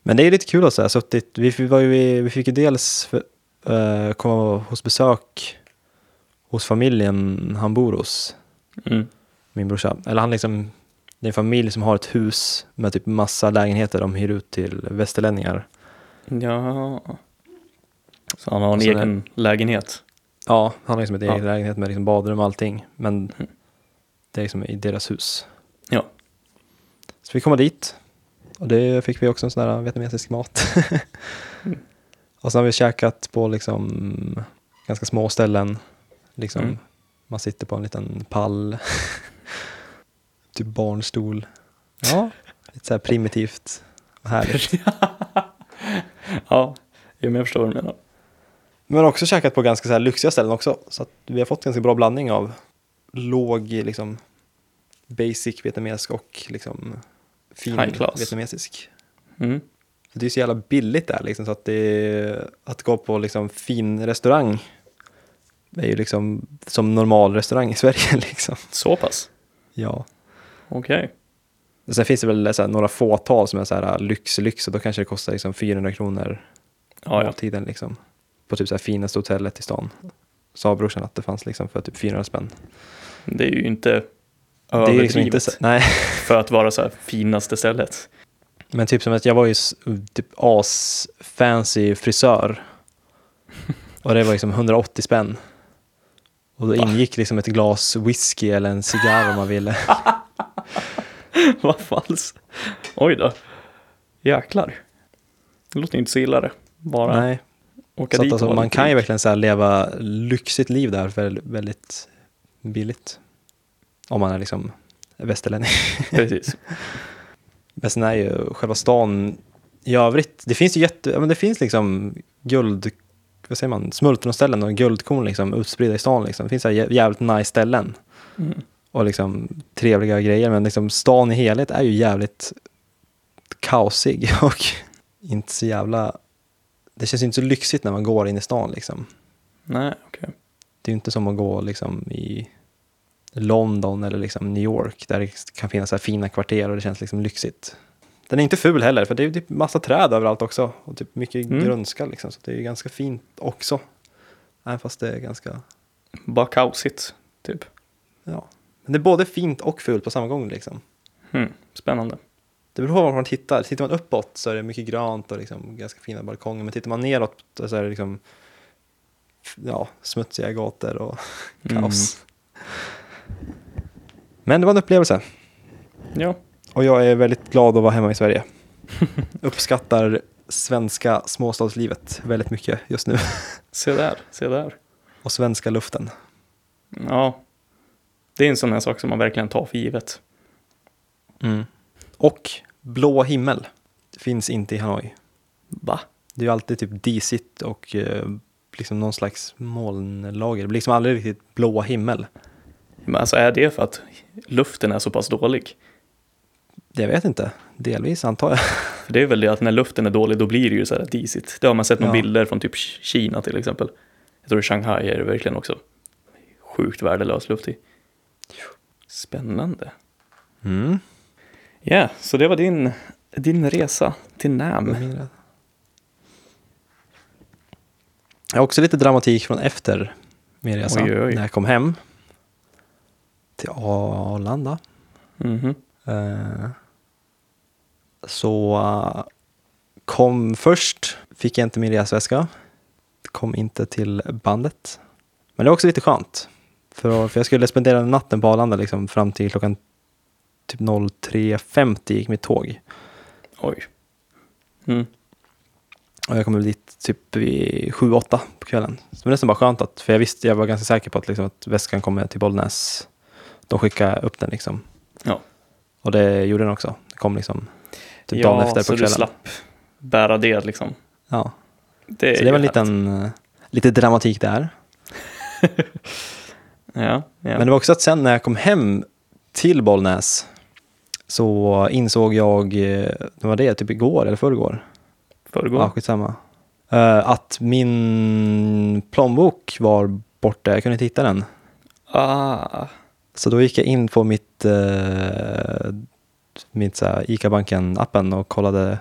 Speaker 1: Men det är lite kul att säga, suttit, vi, vi var ju, i- vi fick ju dels för, eh, komma hos besök hos familjen han bor hos,
Speaker 2: Mm.
Speaker 1: min brorsa. Eller han liksom, det är en familj som har ett hus med typ massa lägenheter de hyr ut till västerlänningar.
Speaker 2: Ja. Så han har en
Speaker 1: Och så där-
Speaker 2: egen lägenhet.
Speaker 1: Ja, han har liksom ett
Speaker 2: Ja. Mm.
Speaker 1: eget lägenhet med liksom badrum och allting, men det är liksom i deras hus.
Speaker 2: Ja.
Speaker 1: Så vi kommer dit och det fick vi också en sån där vietnamesisk mat.
Speaker 2: Mm.
Speaker 1: och sen har vi käkat på liksom ganska små ställen. Liksom,
Speaker 2: Mm.
Speaker 1: Man sitter på en liten pall, typ barnstol. Ja, lite så här primitivt och härligt.
Speaker 2: Ja, jo, men jag förstår vad du menar.
Speaker 1: Men också käkat på ganska så här lyxiga ställen också. Så att vi har fått ganska bra blandning av låg, liksom basic vietnamesisk och liksom fin
Speaker 2: High class.
Speaker 1: vietnamesisk.
Speaker 2: Mm.
Speaker 1: För det är så jävla billigt där liksom, så att det, att gå på liksom fin restaurang är ju liksom som normal restaurang i Sverige liksom.
Speaker 2: Så pass?
Speaker 1: Ja.
Speaker 2: Okej.
Speaker 1: Och sen finns det väl så här, några fåtal som är så här "Ah, lyx, lyx och då kanske det kostar liksom 400 kronor
Speaker 2: Ja, ja.
Speaker 1: måltiden liksom. På typ så här finaste hotellet i stan. Sa brorsan att det fanns liksom för typ 400 spänn.
Speaker 2: Det är ju inte
Speaker 1: Det är
Speaker 2: överdrivet
Speaker 1: liksom inte så, nej.
Speaker 2: för att vara så här finaste stället.
Speaker 1: Men typ som att jag var ju s- typ as fancy frisör. Och det var liksom 180 spänn. Och då ingick liksom ett glas whisky eller en cigarr om man ville.
Speaker 2: Vad falskt. Oj då. Jäklar. Det låter ju inte så illa det. Bara
Speaker 1: Nej.
Speaker 2: åka
Speaker 1: Så att
Speaker 2: dit och
Speaker 1: alltså,
Speaker 2: vara
Speaker 1: man
Speaker 2: lite
Speaker 1: kan ju
Speaker 2: rik.
Speaker 1: verkligen så här leva lyxigt liv där för väldigt billigt. Om man är liksom västerlänning.
Speaker 2: Precis.
Speaker 1: Men sen är ju själva stan i övrigt, det finns ju jätte, ja, men det finns liksom guld, vad säger man, smultronställen och guldkorn liksom utspridda i stan liksom. Det finns så här jä- jävligt nice ställen
Speaker 2: Mm.
Speaker 1: och liksom trevliga grejer men liksom stan i helhet är ju jävligt kaosig och inte så jävla, det känns ju inte så lyxigt när man går in i stan liksom.
Speaker 2: Nej, okej.
Speaker 1: Det är ju inte som att gå liksom i London eller liksom New York där det kan finnas så här fina kvarter och det känns liksom lyxigt. Den är inte ful heller för det är ju typ massa träd överallt också och typ mycket
Speaker 2: Mm.
Speaker 1: grönska liksom så det är ju ganska fint också. Även fast det är ganska,
Speaker 2: Bara kaosigt, typ.
Speaker 1: ja. Men det är både fint och fult på samma gång liksom.
Speaker 2: Hmm. Spännande.
Speaker 1: Det beror på var man tittar. Tittar man uppåt så är det mycket grönt och liksom ganska fina balkonger men tittar man neråt så är det liksom ja, smutsiga gator och
Speaker 2: Mm.
Speaker 1: kaos. Mm. Men det var en upplevelse.
Speaker 2: Ja,
Speaker 1: Och jag är väldigt glad att vara hemma i Sverige. Uppskattar svenska småstadslivet väldigt mycket just nu.
Speaker 2: se där, se där.
Speaker 1: Och svenska luften.
Speaker 2: Ja. Det är en sån här sak som man verkligen tar för givet.
Speaker 1: Mm. Och blå himmel. Det finns inte i Hanoi.
Speaker 2: Va?
Speaker 1: Det är ju alltid typ disigt och eh, liksom någon slags molnlager. Det blir liksom aldrig riktigt blå himmel.
Speaker 2: Men alltså är det för att luften är så pass dålig?
Speaker 1: Jag vet inte. Delvis antar jag.
Speaker 2: För det är väl det att när luften är dålig då blir det ju så här disigt. Det har man sett några
Speaker 1: Ja.
Speaker 2: bilder från typ K- Kina till exempel. Jag tror i Shanghai är det verkligen också sjukt värdelös luft i. Spännande.
Speaker 1: Mm.
Speaker 2: Ja, så det var din, din resa till Nam.
Speaker 1: Mm-hmm. Jag har också lite dramatik från efter min resa.
Speaker 2: Oj, oj.
Speaker 1: När jag kom hem till Arlanda.
Speaker 2: Mhm.
Speaker 1: Eh, Så eh, kom först, fick jag inte min resväska. Kom inte till bandet. Men det var också lite skönt. För, för jag skulle spendera natten på Arlanda liksom, fram till klockan typ 03.50 gick mitt tåg.
Speaker 2: Oj. Mm.
Speaker 1: Och jag kom väl dit typ vid 7-8 på kvällen. Så det var nästan bara skönt att, för jag visste, jag var ganska säker på att, liksom, att väskan kommer till Bollnäs de skickade upp den liksom.
Speaker 2: Ja.
Speaker 1: Och det gjorde den också. Det kom liksom typ dagen
Speaker 2: ja,
Speaker 1: efter
Speaker 2: så
Speaker 1: på
Speaker 2: du
Speaker 1: kvällen.
Speaker 2: slapp bära det liksom.
Speaker 1: Ja,
Speaker 2: Det är
Speaker 1: så det var en
Speaker 2: ju härligt.
Speaker 1: liten, eh, lite dramatik där.
Speaker 2: Ja, ja.
Speaker 1: Men det var också att sen när jag kom hem till Bollnäs så insåg jag, eh, det var det, typ igår eller förrgår,
Speaker 2: Föregå.
Speaker 1: ja, skitsamma, Eh, att min plånbok var borta, jag kunde inte hitta den.
Speaker 2: Ah,
Speaker 1: Så då gick jag in på mitt, eh, mitt så här ICA-banken-appen och kollade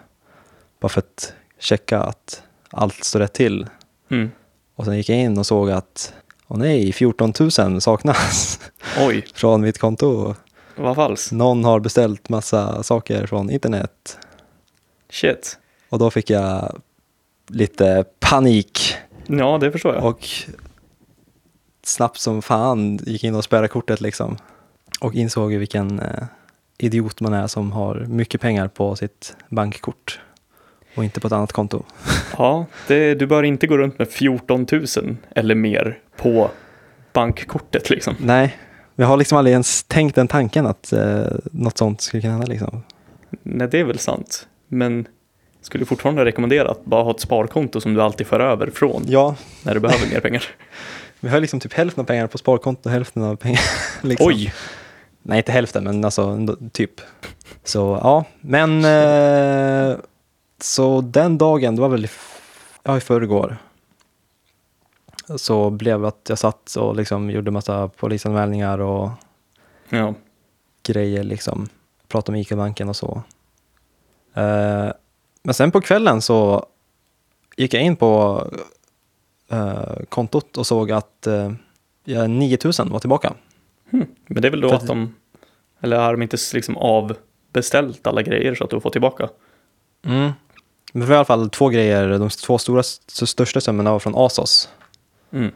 Speaker 1: bara för att checka att allt står rätt till.
Speaker 2: mm.
Speaker 1: Och sen gick jag in och såg att, åh nej, 14 000 saknas
Speaker 2: Oj,
Speaker 1: från mitt konto.
Speaker 2: vad falskt.
Speaker 1: Någon har beställt massa saker från internet.
Speaker 2: Shit.
Speaker 1: Och då fick jag lite panik
Speaker 2: Ja, det förstår jag.
Speaker 1: och snabbt som fan gick in och spärrade kortet liksom. Och insåg ju vilken eh, idiot man är som har mycket pengar på sitt bankkort och inte på ett annat konto.
Speaker 2: Ja, det, du bör inte gå runt med 14 000 eller mer på bankkortet liksom.
Speaker 1: Nej, jag har liksom aldrig ens tänkt den tanken att eh, något sånt skulle kunna hända liksom.
Speaker 2: Nej, det är väl sant. Men skulle fortfarande rekommendera att bara ha ett sparkonto som du alltid för över från
Speaker 1: Ja,
Speaker 2: när du behöver mer pengar.
Speaker 1: vi har liksom typ hälften av pengarna på sparkonto och hälften av pengarna. Liksom.
Speaker 2: Oj!
Speaker 1: Nej, inte hälften, men alltså ändå, typ. Så ja, men eh, så den dagen, det var väl i, f- ja, i förrgår, så blev det att jag satt och liksom gjorde massa polisanmälningar och
Speaker 2: Ja,
Speaker 1: grejer liksom. Pratade med ICA-banken och så. Eh, men sen på kvällen så gick jag in på eh, kontot och såg att eh, jag 9000 var tillbaka.
Speaker 2: Hm. men det är väl då
Speaker 1: För-
Speaker 2: att de... Eller har de inte liksom avbeställt alla grejer så att du får tillbaka?
Speaker 1: Mm. Men det var i alla fall två grejer, de två stora, st- största summorna var från ASOS.
Speaker 2: Mm.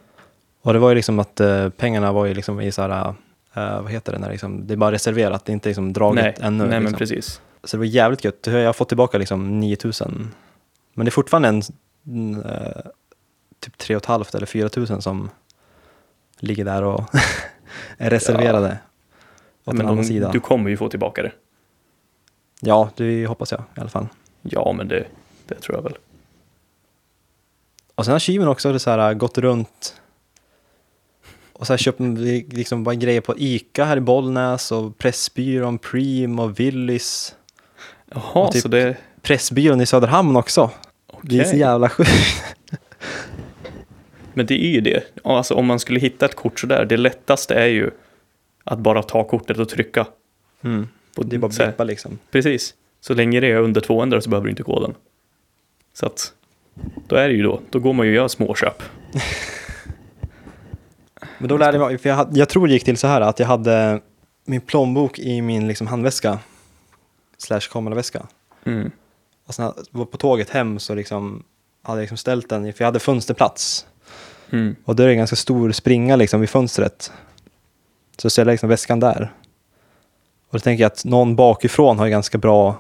Speaker 1: Och det var ju liksom att eh, pengarna var ju liksom i så här, eh, vad heter det, när liksom, det är bara reserverat, det är inte liksom draget
Speaker 2: Nej,
Speaker 1: ännu.
Speaker 2: nej men
Speaker 1: liksom.
Speaker 2: precis.
Speaker 1: Så det var jävligt gött, jag har fått tillbaka liksom 9000. Men det är fortfarande en, mm, eh, typ 3 500 eller 4000 som ligger där och är reserverade. Åt en
Speaker 2: Men
Speaker 1: annan
Speaker 2: de,
Speaker 1: sida.
Speaker 2: Du kommer ju få tillbaka det.
Speaker 1: Ja, det hoppas jag i alla fall.
Speaker 2: Ja, men det, det tror jag väl.
Speaker 1: Och sen har Kimen också så här, äh, gått runt och så här, köpt liksom, bara grejer på Ica här i Bollnäs och Pressbyrån, Preem och Willys.
Speaker 2: Jaha,
Speaker 1: Och typ-
Speaker 2: så det...
Speaker 1: Pressbyrån i Söderhamn också. Det är så
Speaker 2: okej.
Speaker 1: jävla sjukt.
Speaker 2: Men det är ju det. Ja, Alltså om man skulle hitta ett kort sådär, det lättaste är ju att bara ta kortet och trycka.
Speaker 1: Mm.
Speaker 2: På,
Speaker 1: Det är bara att
Speaker 2: så här.
Speaker 1: blippa liksom.
Speaker 2: Precis. Så länge det är under 200 så behöver du inte koden. Så att, då är det ju då. Då går man ju och gör småköp.
Speaker 1: Men då lärde jag mig, för jag, hade, jag tror det gick till så här att jag hade min plånbok i min liksom, handväska slash kameraväska.
Speaker 2: Mm.
Speaker 1: Och sen var på tåget hem så liksom, hade jag liksom ställt den, i- för jag hade fönsterplats.
Speaker 2: Mm.
Speaker 1: Och då är det en ganska stor springa liksom vid fönstret. Så ställer jag liksom väskan där. Och då tänker jag att någon bakifrån har ju ganska bra,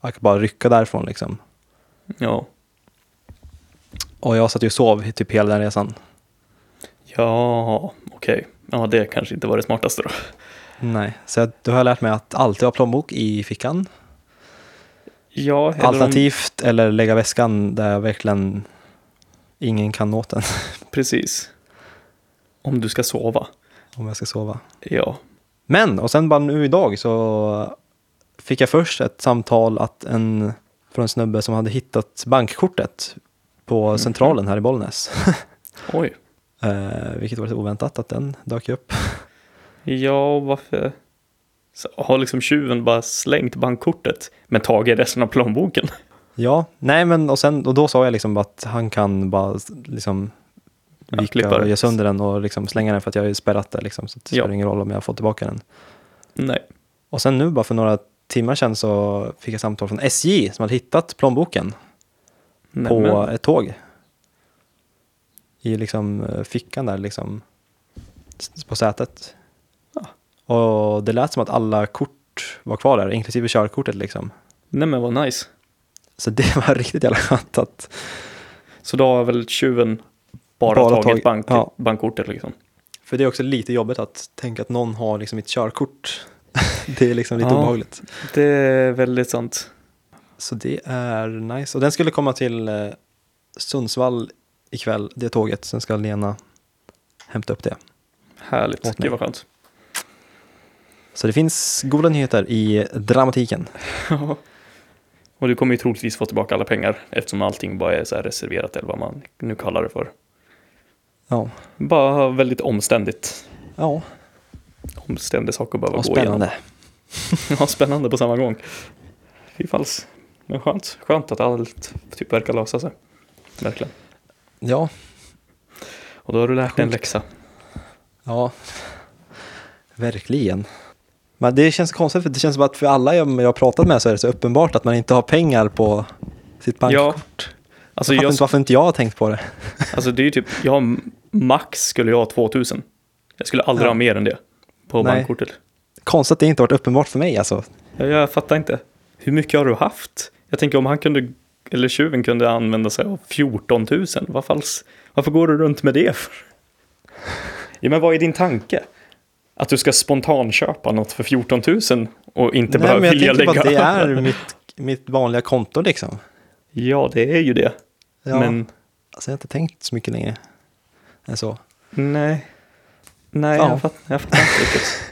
Speaker 1: jag kan bara rycka därifrån liksom.
Speaker 2: Ja.
Speaker 1: Och jag satt ju och sov i typ hela den resan.
Speaker 2: Ja, okej. Ja, det kanske inte var det smartaste då.
Speaker 1: Nej, så jag, då har jag lärt mig att alltid ha plånbok i fickan.
Speaker 2: Ja, eller om-
Speaker 1: Alternativt eller lägga väskan där jag verkligen ingen kan nå den
Speaker 2: Precis. Om du ska sova.
Speaker 1: om jag ska sova.
Speaker 2: Ja.
Speaker 1: Men, och sen bara nu idag så fick jag först ett samtal att en, från en snubbe som hade hittat bankkortet på
Speaker 2: Mhm.
Speaker 1: centralen här i Bollnäs.
Speaker 2: Oj.
Speaker 1: Eh, vilket var lite oväntat att den dök upp.
Speaker 2: Ja, varför? Så har liksom tjuven bara slängt bankkortet men tagit resten av plånboken?
Speaker 1: Ja, nej men och, sen, och då sa jag liksom bara att han kan bara liksom
Speaker 2: Ja,
Speaker 1: vika
Speaker 2: klippa
Speaker 1: och
Speaker 2: det.
Speaker 1: göra sönder den och liksom slänga den för att jag har ju spärrat det liksom så att det
Speaker 2: Ja.
Speaker 1: spelar ingen roll om jag får tillbaka den.
Speaker 2: Nej.
Speaker 1: Och sen nu bara för några timmar sedan så fick jag samtal från SJ som hade hittat plånboken
Speaker 2: Nej
Speaker 1: på
Speaker 2: men.
Speaker 1: ett tåg. I liksom eh, fickan där liksom. s- På sätet. Och det lät som att alla kort var kvar där, inklusive körkortet liksom.
Speaker 2: Nej men vad nice.
Speaker 1: Så det var riktigt jävla skönt att...
Speaker 2: Så då har väl tjuven bara,
Speaker 1: Bara
Speaker 2: tagit
Speaker 1: tagit-
Speaker 2: bank,
Speaker 1: ja.
Speaker 2: bankkortet liksom?
Speaker 1: för För det är också lite jobbigt att tänka att någon har liksom mitt körkort. det är liksom lite
Speaker 2: Ja.
Speaker 1: obehagligt.
Speaker 2: Det är väldigt sant.
Speaker 1: Så det är nice. Och den skulle komma till eh, Sundsvall ikväll, det tåget. Sen ska Lena hämta upp det.
Speaker 2: Härligt.
Speaker 1: Åt mig.
Speaker 2: Gud vad skönt.
Speaker 1: Så det finns goda nyheter i dramatiken.
Speaker 2: Ja. Och du kommer ju troligtvis få tillbaka alla pengar eftersom allting bara är så här reserverat eller vad man nu kallar det för.
Speaker 1: Ja,
Speaker 2: Bara väldigt omständigt.
Speaker 1: ja
Speaker 2: Omständig sak att behöva
Speaker 1: vad
Speaker 2: gå igenom.
Speaker 1: spännande.
Speaker 2: ja, spännande på samma gång. Fy falls. Men skönt. Skönt att allt typ verkar lösa sig. Verkligen.
Speaker 1: Ja,
Speaker 2: Och då har du lärt dig en läxa.
Speaker 1: ja, verkligen. Men det känns konstigt, för det känns som att för alla jag jag har pratat med så är det så uppenbart att man inte har pengar på sitt bankkort.
Speaker 2: Ja.
Speaker 1: Ja,
Speaker 2: Alltså,
Speaker 1: jag fattar
Speaker 2: jag,
Speaker 1: inte varför inte jag har tänkt på det.
Speaker 2: alltså det är ju typ, jag har, max skulle jag ha 2000. Jag skulle aldrig
Speaker 1: Ja.
Speaker 2: ha mer än det på
Speaker 1: Nej.
Speaker 2: bankkortet.
Speaker 1: Konstigt att det inte varit uppenbart för mig alltså.
Speaker 2: Jag, jag fattar inte. Hur mycket har du haft? Jag tänker om han kunde, eller tjuven kunde använda sig av 14 000. Vad falls, varför går du runt med det för? Ja, men vad är din tanke? Att du ska spontanköpa något för 14 000 och inte
Speaker 1: Nej,
Speaker 2: bara
Speaker 1: men jag
Speaker 2: vilja
Speaker 1: tänker på
Speaker 2: lägga
Speaker 1: att det
Speaker 2: över?
Speaker 1: är mitt, mitt vanliga konto liksom.
Speaker 2: Ja, det är ju det.
Speaker 1: Ja,
Speaker 2: Men
Speaker 1: Alltså, jag har inte tänkt så mycket längre än så.
Speaker 2: nej. Nej,
Speaker 1: Ja.
Speaker 2: jag, fattar, jag fattar inte riktigt.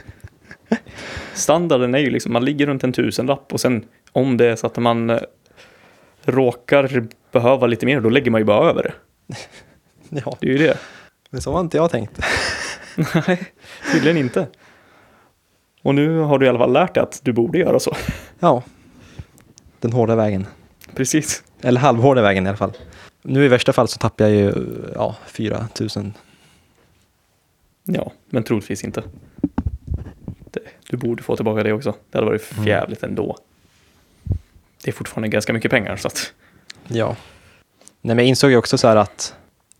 Speaker 2: Standarden är ju liksom, man ligger runt en tusenlapp och sen om det är så att man eh, råkar behöva lite mer, då lägger man ju bara över det.
Speaker 1: Ja,
Speaker 2: Det är ju det.
Speaker 1: men så har inte jag tänkt.
Speaker 2: Nej, tydligen inte. Och nu har du i alla fall lärt dig att du borde göra så.
Speaker 1: Ja, den hårda vägen.
Speaker 2: Precis.
Speaker 1: Eller halvhårda vägen i alla fall. Nu i värsta fall så tappar jag ju ja, 4 000.
Speaker 2: Ja, men troligtvis inte. Det, du borde få tillbaka det också. Det hade varit för jävligt ändå. Det är fortfarande ganska mycket pengar så att...
Speaker 1: Ja. Nej, men jag insåg ju också så här att,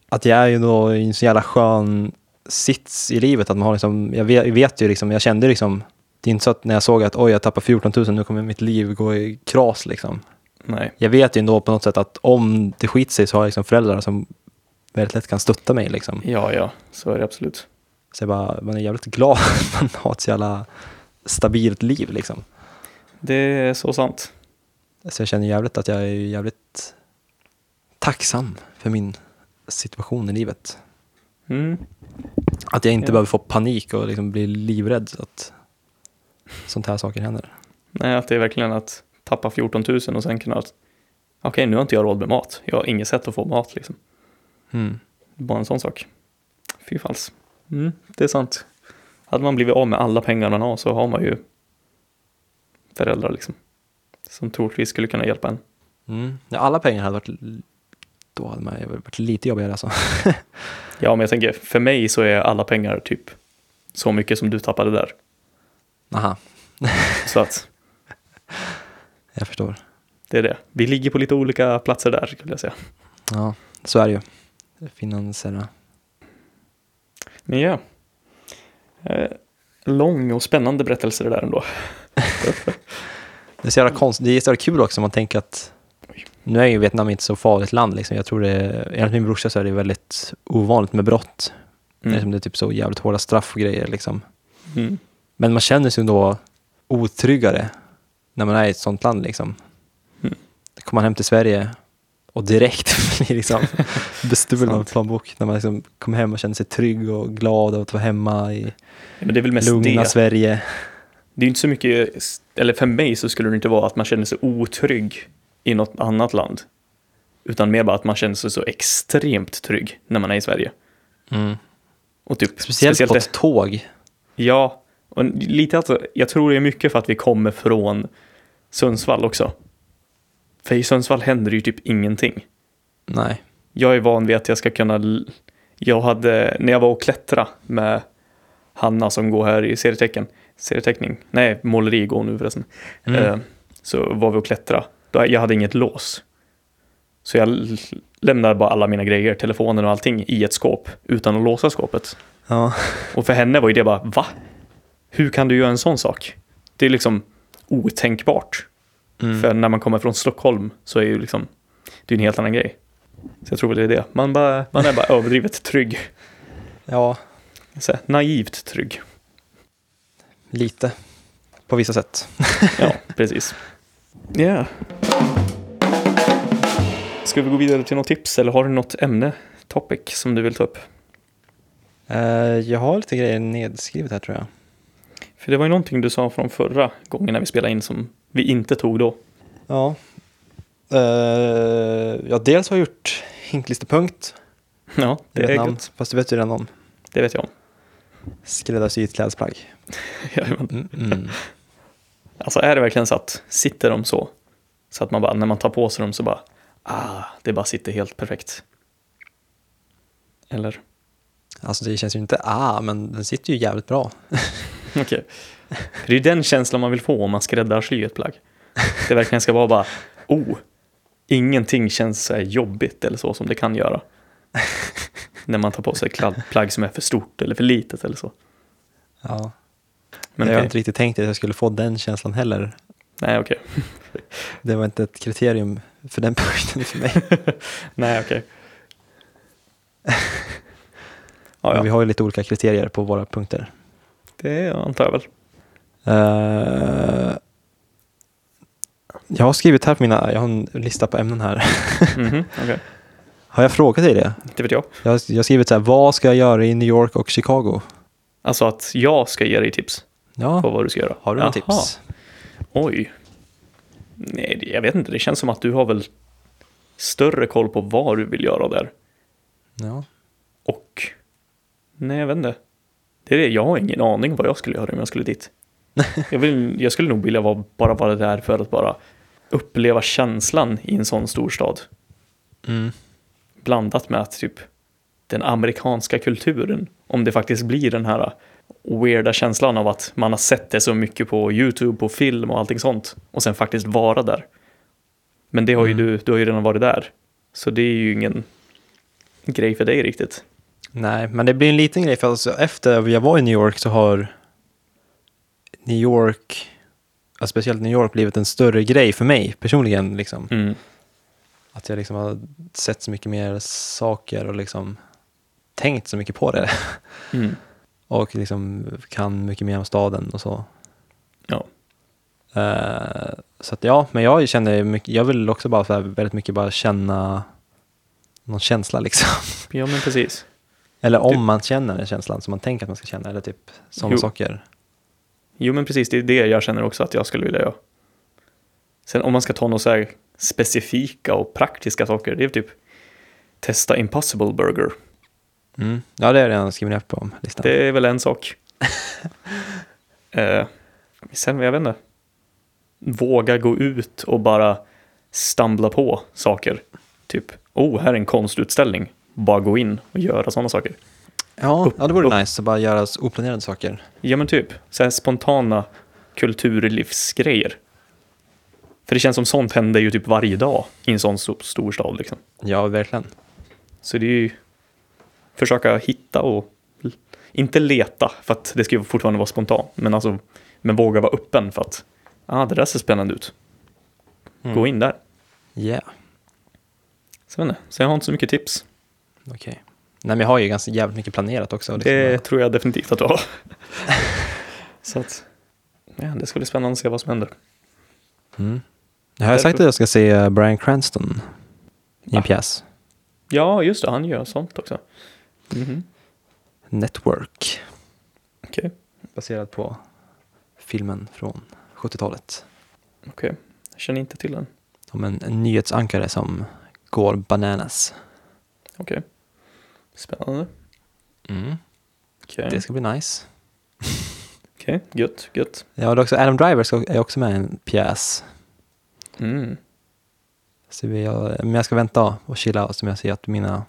Speaker 1: att jag är ju då i en så jävla skön sits i livet. Att man har liksom, jag, vet, jag vet ju liksom, jag kände liksom, det är inte så att när jag såg att oj, jag tappar 14 000, nu kommer mitt liv gå i kras liksom.
Speaker 2: Nej.
Speaker 1: Jag vet ju ändå på något sätt att om det skiter sig så har jag liksom föräldrar som väldigt lätt kan stötta mig liksom.
Speaker 2: Ja, ja, så är det absolut.
Speaker 1: Så jag bara, man är jävligt glad att man har ett så jävla stabilt liv liksom.
Speaker 2: Det är så sant.
Speaker 1: Så jag känner jävligt att jag är ju jävligt tacksam för min situation i livet.
Speaker 2: Mm.
Speaker 1: Att jag inte
Speaker 2: Ja.
Speaker 1: behöver få panik och liksom bli livrädd att sånt här saker händer.
Speaker 2: Nej, att det är verkligen att tappa 14 000 och sen kunna... att- Okej, nu har inte jag råd med mat. Jag har inget sätt att få mat liksom. Bara en sån sak. Fy falls. Mm, det är sant. Hade man blivit av med alla pengar man har så har man ju föräldrar liksom. Som troligtvis skulle kunna hjälpa en.
Speaker 1: Mm. Ja, alla pengar hade varit, då hade man ju varit lite jobbigare alltså.
Speaker 2: Ja, men jag tänker, för mig så är alla pengar typ så mycket som du tappade där.
Speaker 1: Aha,
Speaker 2: Så att
Speaker 1: jag förstår.
Speaker 2: det är det. Vi ligger på lite olika platser där skulle jag säga.
Speaker 1: Ja, så är det ju. Finansiella.
Speaker 2: Men ja. Eh, lång och spännande berättelse det där ändå. Mm.
Speaker 1: Det är så jävla konst, det är så jävla kul också om man tänker att nu är ju Vietnam inte så farligt land liksom. Jag tror det, enligt min brorsa så är det väldigt ovanligt med brott. Liksom
Speaker 2: Mm.
Speaker 1: det är typ så jävligt hårda straff och grejer liksom.
Speaker 2: Mm.
Speaker 1: Men man känner sig då otryggare när man är i ett sånt land liksom.
Speaker 2: Mm.
Speaker 1: Kommer man hem till Sverige och direkt blir liksom bestulen av
Speaker 2: Sant.
Speaker 1: en plånbok. När man liksom kommer hem och känner sig trygg och glad av att vara hemma i
Speaker 2: Men det är väl mest
Speaker 1: lugna
Speaker 2: det.
Speaker 1: Sverige.
Speaker 2: Det är ju inte så mycket, eller för mig så skulle det inte vara att man känner sig otrygg i något annat land. Utan mer bara att man känner sig så extremt trygg när man är i Sverige. Och typ,
Speaker 1: Speciellt, på ett
Speaker 2: Mm. det,
Speaker 1: tåg.
Speaker 2: Ja, och lite att, jag tror det är mycket för att vi kommer från Sundsvall också. För i Sundsvall händer det ju typ ingenting.
Speaker 1: Nej.
Speaker 2: Jag är van vid att jag ska kunna, l- jag hade, när jag var och klättra med Hanna som går här i serietecken, serieteckning, nej måleri går nu förresten.
Speaker 1: Mm.
Speaker 2: Eh, så var vi och klättra. Då- Jag hade inget lås. Så jag l- lämnade bara alla mina grejer, telefonen och allting i ett skåp utan att låsa skåpet.
Speaker 1: Ja.
Speaker 2: Och för henne var ju det bara, va? Hur kan du göra en sån sak? Det är liksom otänkbart.
Speaker 1: Mm.
Speaker 2: För när man kommer från Stockholm så är ju liksom, det är en helt annan grej. Så jag tror väl det är det. Man, bara, man är bara överdrivet trygg.
Speaker 1: ja.
Speaker 2: så här, naivt trygg.
Speaker 1: Lite. På vissa sätt.
Speaker 2: Ja, precis. Ja. Ska vi gå vidare till något tips eller har du något ämne, topic, som du vill ta upp?
Speaker 1: Eh, jag har lite grejer nedskrivet här tror jag.
Speaker 2: För det var ju någonting du sa från förra gången när vi spelade in som vi inte tog då.
Speaker 1: Ja. Eh, ja, dels har jag gjort hinklistepunkt
Speaker 2: Ja,
Speaker 1: i
Speaker 2: det är
Speaker 1: Vietnam,
Speaker 2: gött.
Speaker 1: fast det vet du redan om.
Speaker 2: Det vet jag om.
Speaker 1: Skräddarsytt klädesplagg.
Speaker 2: Jajamän.
Speaker 1: Mm, mm.
Speaker 2: alltså är det verkligen så att, sitter de så? Så att man bara, när man tar på sig dem så bara, ah, det bara sitter helt perfekt. Eller?
Speaker 1: Alltså det känns ju inte ah, men den sitter ju jävligt bra.
Speaker 2: Okej. För Det är ju den känslan man vill få om man skräddarsyr ett plagg. Det verkligen ska vara bara, oh, ingenting känns så här jobbigt eller så som det kan göra. När man tar på sig ett kladd- plagg som är för stort eller för litet eller så.
Speaker 1: Ja.
Speaker 2: Men
Speaker 1: jag
Speaker 2: okej.
Speaker 1: har inte riktigt tänkt att jag skulle få den känslan heller.
Speaker 2: Nej, okej.
Speaker 1: Det var inte ett kriterium för den punkten för mig.
Speaker 2: Nej, okej. ja,
Speaker 1: Men
Speaker 2: ja.
Speaker 1: vi har ju lite olika kriterier på våra punkter.
Speaker 2: det antar jag väl.
Speaker 1: Eh, jag har skrivit här på mina, jag har en lista på ämnen här.
Speaker 2: Mhm, okej.
Speaker 1: Har jag frågat dig det?
Speaker 2: Inte vet jag.
Speaker 1: Jag, har- jag har skrivit så här, vad ska jag göra i New York och Chicago?
Speaker 2: Alltså att jag ska ge dig tips på
Speaker 1: Ja,
Speaker 2: vad du ska göra.
Speaker 1: Ah. har du några
Speaker 2: Jaha.
Speaker 1: tips?
Speaker 2: Oj. Nej, det- jag vet inte. Det känns som att du har väl större koll på vad du vill göra där.
Speaker 1: Ja.
Speaker 2: Och... Nej, jag vet inte. Det är det. Jag har ingen aning vad jag skulle göra om jag skulle dit. Jag, vill, jag skulle nog vilja vara, bara vara där för att bara uppleva känslan i en sån stor stad.
Speaker 1: Mm.
Speaker 2: blandat med att typ den amerikanska kulturen, om det faktiskt blir den här weirda känslan av att man har sett det så mycket på YouTube, på film och allting sånt och sen faktiskt vara där. Men det har ju
Speaker 1: Mm.
Speaker 2: du, du har ju redan varit där, så det är ju ingen grej för dig riktigt.
Speaker 1: Nej, men det blir en liten grej för alltså, efter jag var i New York så har New York, ja, speciellt New York, blivit en större grej för mig personligen. Liksom.
Speaker 2: Mm.
Speaker 1: Att jag liksom har sett så mycket mer saker och liksom tänkt så mycket på det.
Speaker 2: Mm.
Speaker 1: Och liksom kan mycket mer om staden och så.
Speaker 2: Ja.
Speaker 1: Eh, så att ja, men jag känner ju mycket, jag vill också bara så här väldigt mycket bara känna någon känsla liksom.
Speaker 2: ja, men precis.
Speaker 1: Eller om
Speaker 2: Typ-
Speaker 1: man känner den känslan som man tänker att man ska känna. Eller typ sådana
Speaker 2: Jo.
Speaker 1: saker.
Speaker 2: Jo, men precis, det är det jag känner också att jag skulle vilja göra. Sen om man ska ta några så här specifika och praktiska saker, det är typ testa Impossible Burger.
Speaker 1: Mm. Ja, det är jag redan skrivit upp på listan.
Speaker 2: Det är väl en sak. eh, sen, jag vet inte. Våga gå ut och bara stamla på saker. Typ, oh, här är en konstutställning. Bara gå in och göra sådana saker.
Speaker 1: ja,
Speaker 2: upp-
Speaker 1: ja, det vore
Speaker 2: upp.
Speaker 1: nice att bara göra så oplanerade saker.
Speaker 2: Ja, men typ så här spontana kulturlivsgrejer. För det känns som sånt händer ju typ varje dag i en sån so- stor stad. Liksom.
Speaker 1: Ja, verkligen.
Speaker 2: Så det är ju försöka hitta och l- inte leta för att det ska ju fortfarande vara spontant. Men, alltså, men våga vara öppen för att ah, det där ser spännande ut.
Speaker 1: Mm.
Speaker 2: Gå in där.
Speaker 1: Yeah,
Speaker 2: Så, jag vet inte. så jag har inte så mycket tips.
Speaker 1: okej. Nej, men jag har ju ganska jävligt mycket planerat också. liksom.
Speaker 2: Det tror jag definitivt att du har. så att, ja, det ska bli spännande att se vad som händer.
Speaker 1: Mm. Jag har ju sagt att jag ska se Brian Cranston i en
Speaker 2: Va?
Speaker 1: pjäs.
Speaker 2: Ja, just det, han gör sånt också. Mhm.
Speaker 1: Network.
Speaker 2: Okej,
Speaker 1: Baserad på filmen från 70-talet.
Speaker 2: okej. Jag känner inte till den.
Speaker 1: Om en, en nyhetsankare som går bananas.
Speaker 2: Okej. Spännande.
Speaker 1: Mm.
Speaker 2: Okej,
Speaker 1: Det ska bli nice.
Speaker 2: Okej, gött, gött.
Speaker 1: Ja, och det är också Adam Driver ska, är också med i en pjäs.
Speaker 2: Mm.
Speaker 1: Så vi, jag, men jag ska vänta och chilla och som jag ser att mina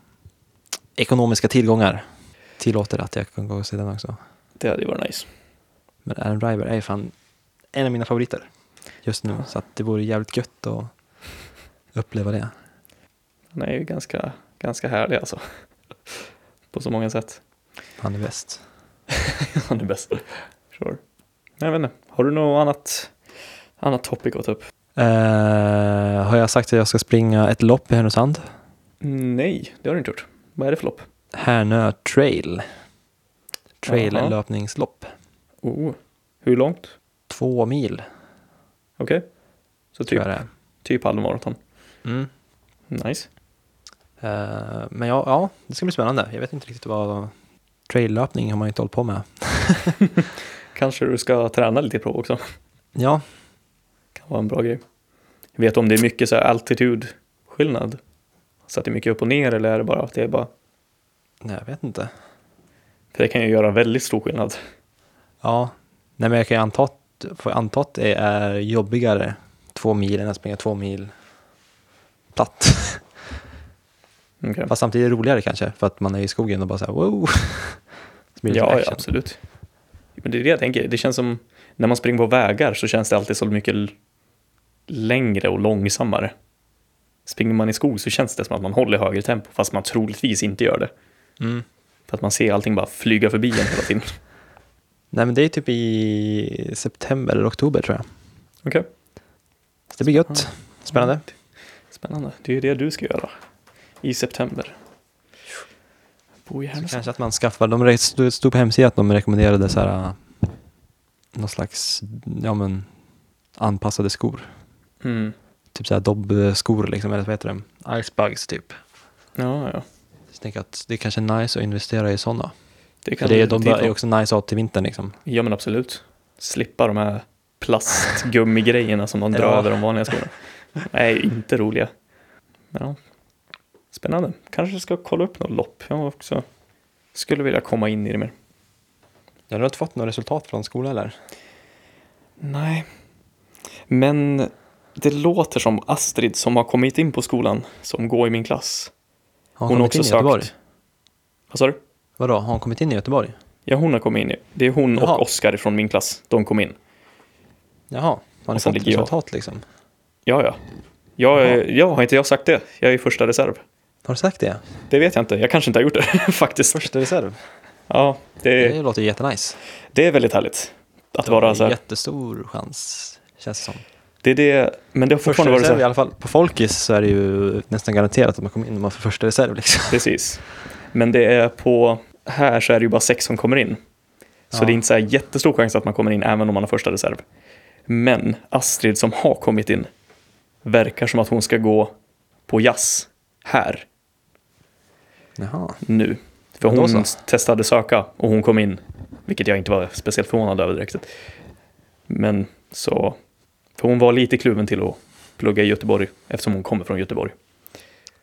Speaker 1: ekonomiska tillgångar tillåter att jag kan gå och se den också.
Speaker 2: Det hade ju varit nice.
Speaker 1: Men Adam Driver är ju fan en av mina favoriter just nu.
Speaker 2: Ja.
Speaker 1: Så att det vore jävligt gött att uppleva det.
Speaker 2: Han är ju ganska, ganska härlig alltså. På så många sätt.
Speaker 1: Han är bäst.
Speaker 2: Han är bäst. Sure. Jag vet inte. Har du något annat, annat topic att ta upp?
Speaker 1: Eh, har jag sagt att jag ska springa ett lopp i Härnösand?
Speaker 2: Nej, det har du inte gjort. Vad är det för lopp?
Speaker 1: Härnö trail. trail-löpningslopp.
Speaker 2: Oh. Hur långt?
Speaker 1: Två mil
Speaker 2: Okej. Så
Speaker 1: tror
Speaker 2: typ,
Speaker 1: jag det är.
Speaker 2: typ halvmaraton.
Speaker 1: Mm.
Speaker 2: Nice.
Speaker 1: Eh, men ja, ja, det ska bli spännande. Jag vet inte riktigt vad... Trail-löpning har man ju inte hållit på med.
Speaker 2: Kanske du ska träna lite på också.
Speaker 1: Ja,
Speaker 2: kan vara en bra grej. Jag vet om det är mycket så här altitudskillnad? Så att det är mycket upp och ner eller är det bara att det är bara...
Speaker 1: nej, jag vet inte.
Speaker 2: För det kan ju göra väldigt stor skillnad.
Speaker 1: Ja, nej, men jag kan ju anta att, får jag anta att det är jobbigare två mil än att springa två mil platt.
Speaker 2: Okej.
Speaker 1: Fast samtidigt roligare kanske, för att man är i skogen och bara så här wow. Så blir det lite
Speaker 2: Ja, ja,
Speaker 1: action.
Speaker 2: absolut. Men det är det jag tänker. Det känns som när man springer på vägar så känns det alltid så mycket l- längre och långsammare. Springer man i skog så känns det som att man håller högre tempo fast man troligtvis inte gör det.
Speaker 1: Mm.
Speaker 2: För att man ser allting bara flyga förbi en hela tiden.
Speaker 1: Nej, men det är typ i september eller oktober tror jag.
Speaker 2: Okej,
Speaker 1: Så det blir gött.
Speaker 2: Mm.
Speaker 1: Spännande.
Speaker 2: spännande. Det är ju det du ska göra i september. Bo i
Speaker 1: Så
Speaker 2: Härnösand.
Speaker 1: kanske att man skaffar, de re- stod- stod på hemsidan att de rekommenderade så här äh, någon slags, ja men anpassade skor.
Speaker 2: Mm.
Speaker 1: Typ så här dobbskor liksom, eller vad heter det? Icebugs typ.
Speaker 2: Ja, ja.
Speaker 1: Så jag tänker att det kanske är nice att investera i sådana.
Speaker 2: Det
Speaker 1: För det, är- de
Speaker 2: definitivt
Speaker 1: är
Speaker 2: vara.
Speaker 1: också nice att ha till vintern liksom.
Speaker 2: Ja, men absolut. Slippa de här plastgummigrejerna som de drar
Speaker 1: Ja.
Speaker 2: över de vanliga skorna. Nej, inte roliga. Men ja. Spännande. Kanske ska kolla upp något lopp. Jag också skulle vilja komma in i det mer.
Speaker 1: Du har inte fått några resultat från skolan eller?
Speaker 2: Nej. Men det låter som Astrid som har kommit in på skolan, som går i min klass.
Speaker 1: Har
Speaker 2: Hon
Speaker 1: hon
Speaker 2: har
Speaker 1: kommit
Speaker 2: också
Speaker 1: in i Göteborg?
Speaker 2: sökt. Vad sa du?
Speaker 1: Vadå, har hon kommit in i Göteborg?
Speaker 2: Ja, hon har kommit in. i- Det är hon
Speaker 1: Jaha.
Speaker 2: och Oskar från min klass. De kom in.
Speaker 1: Jaha, har ni
Speaker 2: Och sen
Speaker 1: fått
Speaker 2: ligger jag.
Speaker 1: resultat liksom?
Speaker 2: Ja, ja. Jag, är- ja, har inte jag sagt det? Jag är i första reserv.
Speaker 1: Har du sagt det?
Speaker 2: Det vet jag inte. Jag kanske inte har gjort det faktiskt.
Speaker 1: Första reserv?
Speaker 2: Ja, det,
Speaker 1: Det låter ju jättenice.
Speaker 2: det är väldigt härligt. Att
Speaker 1: Det är
Speaker 2: vara
Speaker 1: en
Speaker 2: så här.
Speaker 1: jättestor chans, känns det som.
Speaker 2: Det är det, men det har
Speaker 1: Första
Speaker 2: fortfarande varit så
Speaker 1: reserv i
Speaker 2: här.
Speaker 1: alla fall. På Folkis så är det ju nästan garanterat att man kommer in om man får första reserv liksom.
Speaker 2: Precis. Men det är på, här så är det ju bara sex som kommer in. Så
Speaker 1: Ja.
Speaker 2: det är inte så här jättestor chans att man kommer in även om man har första reserv. Men Astrid som har kommit in verkar som att hon ska gå på jazz här
Speaker 1: Jaha.
Speaker 2: nu. För
Speaker 1: Ja, då
Speaker 2: hon
Speaker 1: så.
Speaker 2: testade söka och hon kom in, vilket jag inte var speciellt förvånad över direkt. Men så, för hon var lite kluven till att plugga i Göteborg eftersom hon kommer från Göteborg.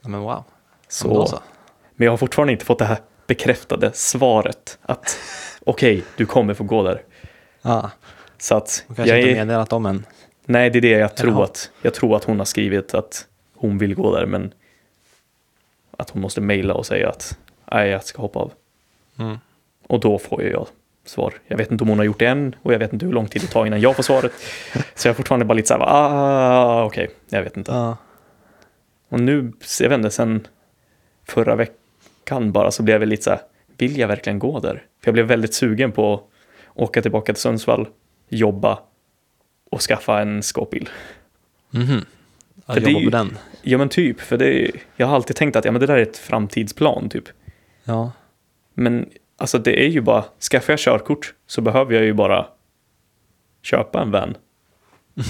Speaker 1: Ja, men wow.
Speaker 2: Så,
Speaker 1: Men då så.
Speaker 2: Men jag har fortfarande inte fått det här bekräftade svaret att okej, du kommer få gå där.
Speaker 1: Ja,
Speaker 2: Så att
Speaker 1: hon kanske
Speaker 2: jag
Speaker 1: inte
Speaker 2: är,
Speaker 1: meddelat om än.
Speaker 2: nej, det är det jag tror
Speaker 1: Jaha.
Speaker 2: att, jag tror att hon har skrivit att hon vill gå där, men att hon måste mejla och säga att nej, jag ska hoppa av.
Speaker 1: Mm.
Speaker 2: Och då får ju jag svar. Jag vet inte om hon har gjort det än och jag vet inte hur lång tid det tar innan jag får svaret. Så jag är fortfarande bara lite så här, ah, okej, jag vet inte.
Speaker 1: Ja.
Speaker 2: Och nu, jag vet inte, sen förra veckan bara så blev jag lite så här, vill jag verkligen gå där? För jag blev väldigt sugen på att åka tillbaka till Sundsvall, jobba och skaffa en skåpbil.
Speaker 1: Mhm. Ja,
Speaker 2: För det är
Speaker 1: jobba
Speaker 2: ju-
Speaker 1: på den.
Speaker 2: Ja men typ, för det, jag har alltid tänkt att ja, men det där är ett framtidsplan typ.
Speaker 1: Ja.
Speaker 2: Men alltså det är ju bara, skaffar jag körkort så behöver jag ju bara köpa en van.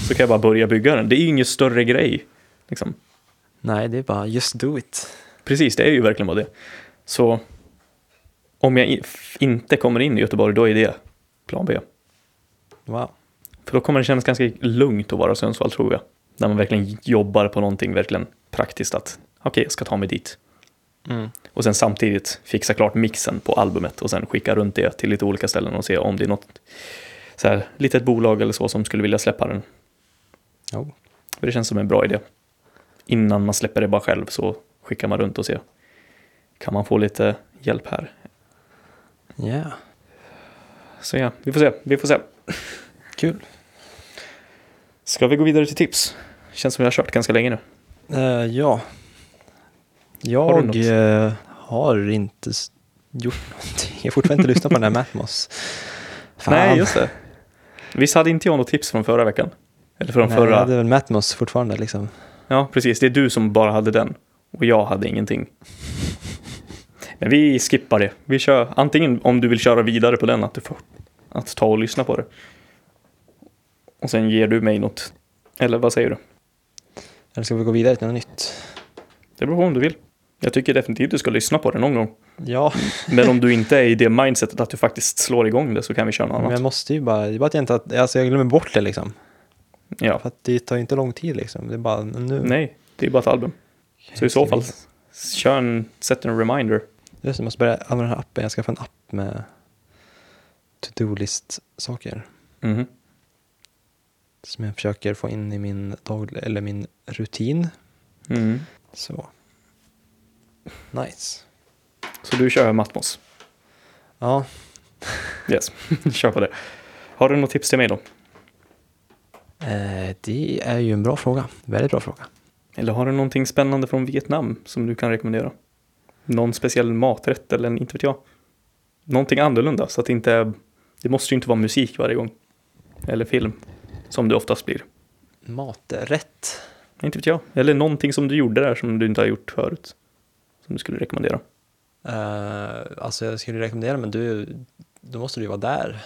Speaker 2: Så kan jag bara börja bygga den. Det är ju ingen större grej. Liksom.
Speaker 1: Nej, det är bara just do it.
Speaker 2: Precis, det är ju verkligen bara det. Så om jag i- f- inte kommer in i Göteborg, då är det plan B.
Speaker 1: Wow.
Speaker 2: För då kommer det kännas ganska lugnt att vara i Sundsvall tror jag. När man verkligen jobbar på någonting verkligen praktiskt att okej, jag ska ta mig dit.
Speaker 1: Mm.
Speaker 2: Och sen samtidigt fixa klart mixen på albumet och sen skicka runt det till lite olika ställen och se om det är något så här, litet bolag eller så som skulle vilja släppa den.
Speaker 1: Jo.
Speaker 2: För det känns som en bra idé. Innan man släpper det bara själv så skickar man runt och ser. Kan man få lite hjälp här?
Speaker 1: Yeah.
Speaker 2: Så ja, vi får se. Vi får se.
Speaker 1: Kul.
Speaker 2: Ska vi gå vidare till tips? Känns som vi har kört ganska länge nu.
Speaker 1: Eh, ja. Jag
Speaker 2: Har
Speaker 1: har,
Speaker 2: du
Speaker 1: eh,
Speaker 2: något?
Speaker 1: har inte s- gjort någonting. Jag har fortfarande inte lyssnat på den här Matmos. Fan.
Speaker 2: Nej, just det. Visst hade inte jag något tips från förra veckan? Eller från
Speaker 1: Nej,
Speaker 2: förra?
Speaker 1: Det är väl Matmos fortfarande liksom.
Speaker 2: Ja, precis. Det är du som bara hade den. Och jag hade ingenting. Men vi skippar det. Vi kör antingen om du vill köra vidare på den, att du får att ta och lyssna på det. Och sen ger du mig något. Eller vad säger du?
Speaker 1: Eller ska vi gå vidare till något nytt?
Speaker 2: Det beror på om du vill. Jag tycker definitivt du ska lyssna på det någon gång.
Speaker 1: Ja,
Speaker 2: Men om du inte är i det mindsetet att du faktiskt slår igång det så kan vi köra något
Speaker 1: men
Speaker 2: annat.
Speaker 1: jag måste ju bara, det är bara att jag inte, att- alltså jag glömmer bort det liksom.
Speaker 2: Ja.
Speaker 1: För att det tar ju inte lång tid liksom. Det är bara nu.
Speaker 2: Nej, det är bara ett album. Så i så fall, kör en, sätt en reminder.
Speaker 1: Just det, jag måste börja använda den här appen. Jag ska få en app med to-do-list-saker.
Speaker 2: Mhm.
Speaker 1: Som jag försöker få in i min dag eller min rutin.
Speaker 2: Mm.
Speaker 1: Så. Nice.
Speaker 2: Så du kör Matmos?
Speaker 1: Ja,
Speaker 2: Yes, kör på det. Har du något tips till mig då?
Speaker 1: eh, det är ju en bra fråga. Väldigt bra fråga.
Speaker 2: Eller har du någonting spännande från Vietnam som du kan rekommendera? Någon speciell maträtt eller en- inte vet jag? Någonting annorlunda så att det inte är, det måste ju inte vara musik varje gång. Eller film, som det oftast blir.
Speaker 1: Maträtt.
Speaker 2: Inte vet jag. Eller någonting som du gjorde där som du inte har gjort förut. Som du skulle rekommendera.
Speaker 1: Eh, alltså jag skulle rekommendera, men du, då måste du ju vara där.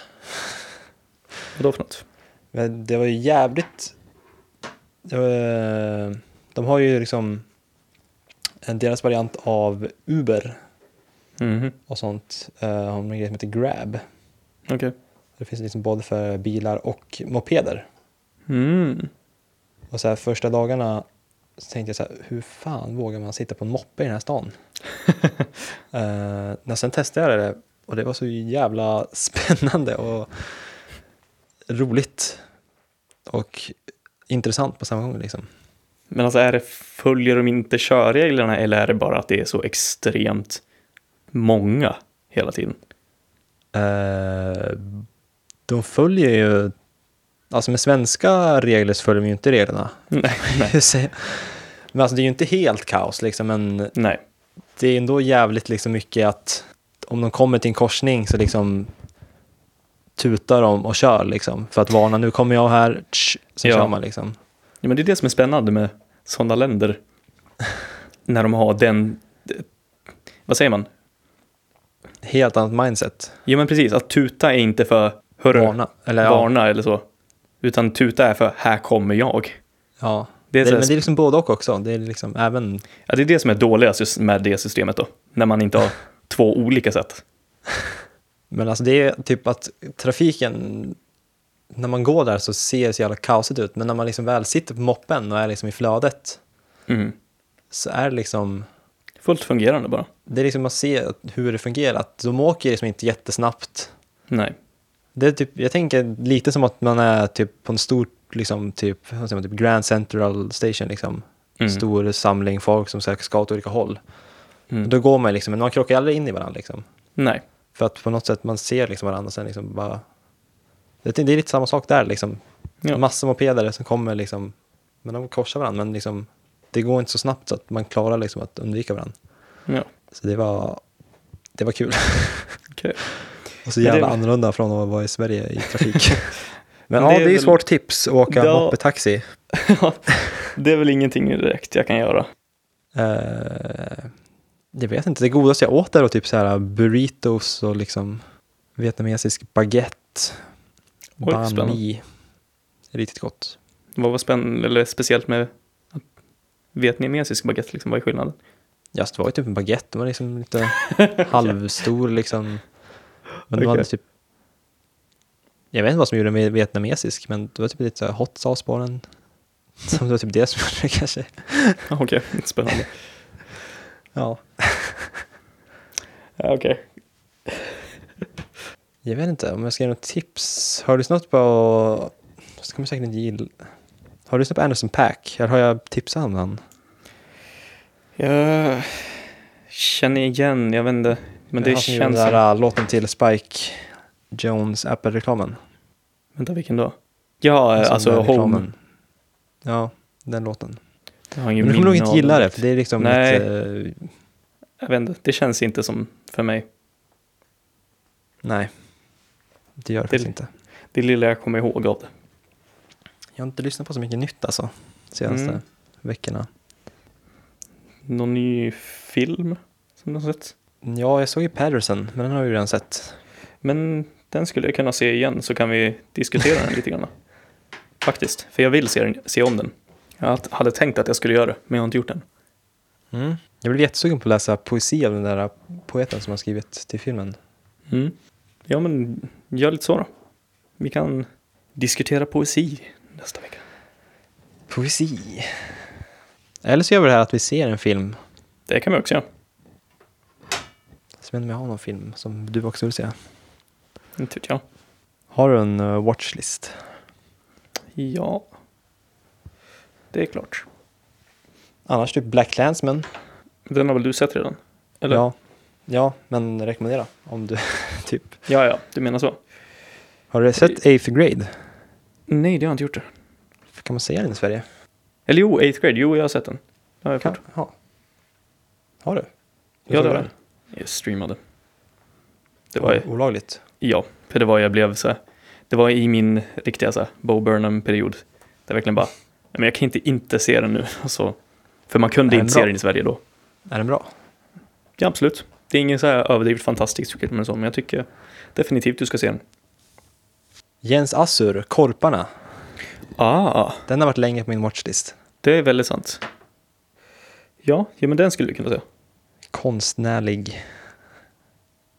Speaker 2: Vadå för något?
Speaker 1: Men det var ju jävligt... Det var, eh, de har ju liksom en deras variant av Uber
Speaker 2: Mhm,
Speaker 1: och sånt. eh, har en grej som heter Grab.
Speaker 2: okej.
Speaker 1: Det finns liksom både för bilar och mopeder.
Speaker 2: Mm.
Speaker 1: Och så här första dagarna så tänkte jag så här, hur fan vågar man sitta på en moppe i den här stan? uh, när sen testade jag det och det var så jävla spännande och roligt. Och intressant på samma gång liksom.
Speaker 2: Men alltså är det, följer de inte körreglerna eller är det bara att det är så extremt många hela tiden?
Speaker 1: Eh, de följer ju, alltså med svenska regler så följer de ju inte reglerna.
Speaker 2: Nej, nej,
Speaker 1: men alltså det är ju inte helt kaos liksom, men
Speaker 2: nej.
Speaker 1: det är ändå jävligt liksom mycket att om de kommer till en korsning så liksom tutar de och kör liksom för att varna nu kommer jag här tsch, så
Speaker 2: Ja.
Speaker 1: kör man liksom.
Speaker 2: Ja, men det är det som är spännande med sådana länder. När de har den, vad säger man?
Speaker 1: Helt annat mindset.
Speaker 2: Ja men precis, att tuta är inte för hörru, varna,
Speaker 1: Varna. Eller, ja.
Speaker 2: eller så. Utan tuta är för här kommer jag.
Speaker 1: Ja.
Speaker 2: Det
Speaker 1: Det
Speaker 2: är
Speaker 1: är
Speaker 2: så här-
Speaker 1: men det är liksom både och också. Det är liksom även,
Speaker 2: Ja, det är det som är dåliga sys- med det systemet då. När man inte har två olika sätt.
Speaker 1: men alltså det är typ att trafiken, när man går där så ser det så jävla kaosigt ut men när man liksom väl sitter på moppen och är liksom i flödet
Speaker 2: Mm.
Speaker 1: så är det liksom
Speaker 2: Fullt fungerande bara.
Speaker 1: det är liksom att se hur det fungerar. Att de åker liksom inte jättesnabbt
Speaker 2: Nej.
Speaker 1: Det är typ, jag tänker lite som att man är typ på en stor, liksom, typ, vad säger man, typ Grand Central Station, liksom.
Speaker 2: Mm.
Speaker 1: Stor samling folk som söker ska åt olika håll.
Speaker 2: Mm.
Speaker 1: Då går man liksom, men man krockar aldrig in i varandra liksom.
Speaker 2: Nej.
Speaker 1: För att på något sätt man ser liksom varandra sen liksom bara... Jag tänkte, det är lite samma sak där liksom.
Speaker 2: Ja.
Speaker 1: Massor mopeder som kommer liksom, men de korsar varandra, men liksom det går inte så snabbt så att man klarar liksom att undvika varandra.
Speaker 2: Ja.
Speaker 1: Så det var, det var kul.
Speaker 2: Okej.
Speaker 1: Och så
Speaker 2: Men det-
Speaker 1: jävla annorlunda från att vara i Sverige i trafik. Men
Speaker 2: Men det
Speaker 1: ja,
Speaker 2: är
Speaker 1: det är ju
Speaker 2: väl-
Speaker 1: svårt tips att åka
Speaker 2: Ja.
Speaker 1: moppetaxi.
Speaker 2: Ja, det är väl ingenting direkt jag kan göra.
Speaker 1: Eh, jag vet inte, det godaste jag åt där var typ så här burritos och liksom vietnamesisk baguette.
Speaker 2: Oj,
Speaker 1: Banh
Speaker 2: spännande.
Speaker 1: mi. Riktigt gott.
Speaker 2: Vad var spännande, eller speciellt med vietnamesisk baguette, liksom, vad är skillnaden?
Speaker 1: Just, det var ju typ en baguette, den var liksom lite halvstor liksom. Men
Speaker 2: Okej.
Speaker 1: de hade typ jag vet inte vad som gjorde den vietnamesisk, men det var typ lite så här hot sauce på den. Som det var typ det som gjorde det kanske.
Speaker 2: Ja, Okej, spännande.
Speaker 1: Ja.
Speaker 2: Ja, Okej.
Speaker 1: Jag vet inte om jag ska ge något tips. Har du lyssnat på... Så kommer jag säkert inte gilla. Har du lyssnat på Anderson Pack? Eller har jag tipsat om han?
Speaker 2: Jag känner igen, jag vet inte. Men det
Speaker 1: Han som gjorde
Speaker 2: känns
Speaker 1: den
Speaker 2: som...
Speaker 1: där äh, låten till Spike Jones Apple-reklamen.
Speaker 2: Vänta, vilken då? Ja,
Speaker 1: Den som
Speaker 2: alltså
Speaker 1: där reklamen.
Speaker 2: Home.
Speaker 1: Ja, den låten.
Speaker 2: Jag har ingen
Speaker 1: Men du kommer nog
Speaker 2: minne
Speaker 1: inte
Speaker 2: av
Speaker 1: gilla
Speaker 2: den.
Speaker 1: det, för det är liksom
Speaker 2: Nej.
Speaker 1: lite... eh,
Speaker 2: Jag vet inte, det känns inte som för mig.
Speaker 1: nej. Det gör det
Speaker 2: Det-
Speaker 1: faktiskt inte.
Speaker 2: Det lilla jag kommer ihåg av det.
Speaker 1: Jag har inte lyssnat på så mycket nytt alltså. Senaste
Speaker 2: Mm.
Speaker 1: veckorna.
Speaker 2: Någon ny film som du har sett?
Speaker 1: Ja, jag såg ju Patterson, men den har jag ju redan sett.
Speaker 2: Men den skulle jag kunna se igen så kan vi diskutera den lite grann. Faktiskt, för jag vill se, den, se om den. Jag hade tänkt att jag skulle göra det, men jag har inte gjort den.
Speaker 1: Mm. Jag blev jättesugen på att läsa poesi av den där poeten som har skrivit till filmen.
Speaker 2: Mm. Ja, men gör lite så då. Vi kan diskutera poesi nästa vecka.
Speaker 1: Poesi. Eller så gör vi det här att vi ser en film.
Speaker 2: Det kan vi också göra.
Speaker 1: Som om jag har någon film som du också vill se.
Speaker 2: Inte vet jag.
Speaker 1: Har du en eh, watchlist?
Speaker 2: Ja, det är klart.
Speaker 1: Annars typ Black Clansman.
Speaker 2: Den har väl du sett redan? Eller?
Speaker 1: Ja. ja, men rekommendera om du typ.
Speaker 2: ja, ja, du menar så.
Speaker 1: Har du sett Eighth Grade?
Speaker 2: Nej, det har jag inte gjort det.
Speaker 1: Kan man säga den i Sverige?
Speaker 2: Eller jo, 8th grade. Jo, jag har sett den. Det har jag
Speaker 1: Kan,
Speaker 2: gjort.
Speaker 1: ja. Har du?
Speaker 2: Ja, det
Speaker 1: såg
Speaker 2: var
Speaker 1: den?
Speaker 2: den. Jag streamade. Det var,
Speaker 1: Olagligt.
Speaker 2: ja, för det var jag blev så här, Det var i min riktiga så här, Bo Burnham-period. Där jag verkligen bara, "Nej, men jag kan inte inte se den nu. Alltså, för man kunde
Speaker 1: Nej,
Speaker 2: inte
Speaker 1: bra.
Speaker 2: se den i Sverige då.
Speaker 1: Är den bra?
Speaker 2: Ja, absolut. Det är ingen så här överdrivet fantastisk film eller så, men jag tycker definitivt du ska se den.
Speaker 1: Jens Assur, Korparna.
Speaker 2: Ah,
Speaker 1: Den har varit länge på min watchlist.
Speaker 2: det är väldigt sant. Ja, ja men den skulle du kunna se.
Speaker 1: Konstnärlig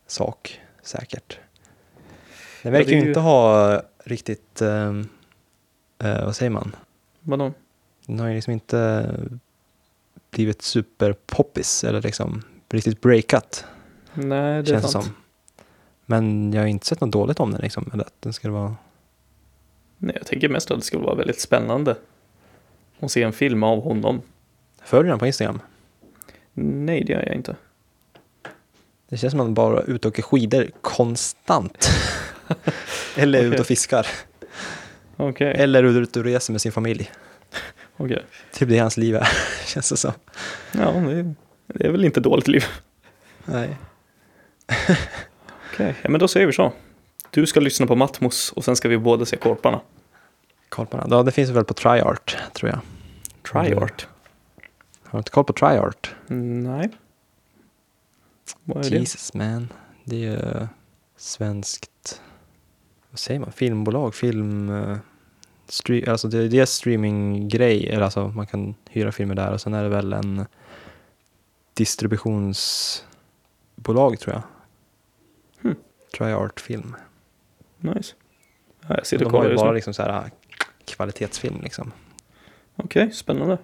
Speaker 1: sak, säkert. Den
Speaker 2: Ja,
Speaker 1: verkar
Speaker 2: det är
Speaker 1: ju
Speaker 2: ju-
Speaker 1: inte ha riktigt, ehm, eh, vad säger man?
Speaker 2: Vadå?
Speaker 1: Den har ju liksom inte blivit superpoppis eller liksom riktigt breakat,
Speaker 2: Nej,
Speaker 1: känns
Speaker 2: det är
Speaker 1: det
Speaker 2: sant.
Speaker 1: som. Men jag har inte sett något dåligt om den liksom, eller att den ska vara...
Speaker 2: Nej, jag tänker mest att det skulle vara väldigt spännande att se en film av honom.
Speaker 1: Följer den på Instagram?
Speaker 2: Nej, det gör jag inte.
Speaker 1: Det känns som att man bara är ute och åker skidor konstant. Eller är ute och
Speaker 2: Okej.
Speaker 1: fiskar.
Speaker 2: Okej.
Speaker 1: Eller är ute och reser med sin familj.
Speaker 2: Okej.
Speaker 1: Typ det hans liv är, känns det som.
Speaker 2: Ja, det är, det är väl inte dåligt liv.
Speaker 1: Nej.
Speaker 2: Okej, ja, men då säger vi så. Du ska lyssna på Matmos och sen ska vi båda se Korparna.
Speaker 1: Korparna. Ja, det finns väl på Triart, tror jag.
Speaker 2: Triart?
Speaker 1: Har du inte koll på Triart?
Speaker 2: Nej. Vad är det?
Speaker 1: Jesus man. Det är ju svenskt, vad säger man, filmbolag, film... eh, Stre- alltså det det är en streaminggrej, eller alltså man kan hyra filmer där och sen är det väl en distributionsbolag tror jag.
Speaker 2: Hmm.
Speaker 1: Triart film.
Speaker 2: Nice. Ja, jag sitter
Speaker 1: De
Speaker 2: och
Speaker 1: har
Speaker 2: kollar
Speaker 1: ju
Speaker 2: just
Speaker 1: bara
Speaker 2: nu.
Speaker 1: liksom så här kvalitetsfilm liksom.
Speaker 2: Okej, spännande.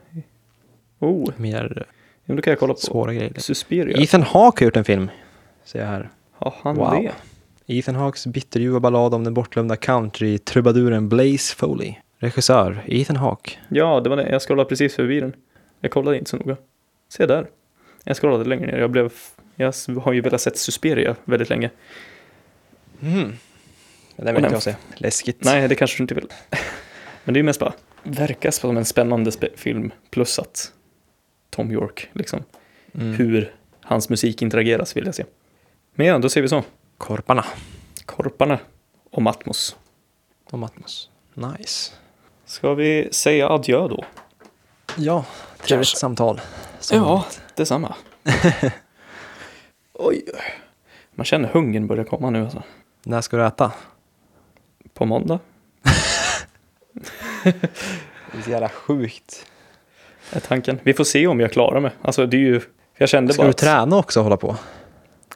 Speaker 2: Oh,
Speaker 1: Mer
Speaker 2: ja, men då kan jag kolla på
Speaker 1: svåra grejer.
Speaker 2: Suspiria.
Speaker 1: Ethan Hawke har gjort en film, ser jag här.
Speaker 2: Har han
Speaker 1: Wow.
Speaker 2: det?
Speaker 1: Ethan Hawkes bitterljuva ballad om den bortglömda country-trubaduren Blaze Foley. Regissör Ethan Hawke.
Speaker 2: Ja, det var det. Jag scrollade precis förbi den. Jag kollade inte så noga. Se där. Jag scrollade längre ner. Jag, blev, jag har ju velat sett Suspiria väldigt länge.
Speaker 1: Mm. Den vill inte
Speaker 2: Och den-
Speaker 1: jag se. Läskigt.
Speaker 2: Nej, det kanske du inte vill. Men det är ju mest bara, verkar som en spännande spe- film plus att Tom York, liksom.
Speaker 1: Mm.
Speaker 2: Hur hans musik interageras vill jag se. Men ja, då ser vi så.
Speaker 1: Korparna
Speaker 2: Korparna och Matmos.
Speaker 1: och Matmos. Nice.
Speaker 2: Ska vi säga adjö då?
Speaker 1: Ja, trevligt
Speaker 2: Kanske.
Speaker 1: samtal. som vanligt.
Speaker 2: detsamma. Oj. Man känner hungern börjar komma nu alltså.
Speaker 1: När ska du äta?
Speaker 2: På måndag?
Speaker 1: Det är så jävla sjukt.
Speaker 2: Är tanken. Vi får se om jag klarar mig. Alltså det är ju, jag kände
Speaker 1: Ska
Speaker 2: bara
Speaker 1: du
Speaker 2: att-
Speaker 1: träna också och hålla på?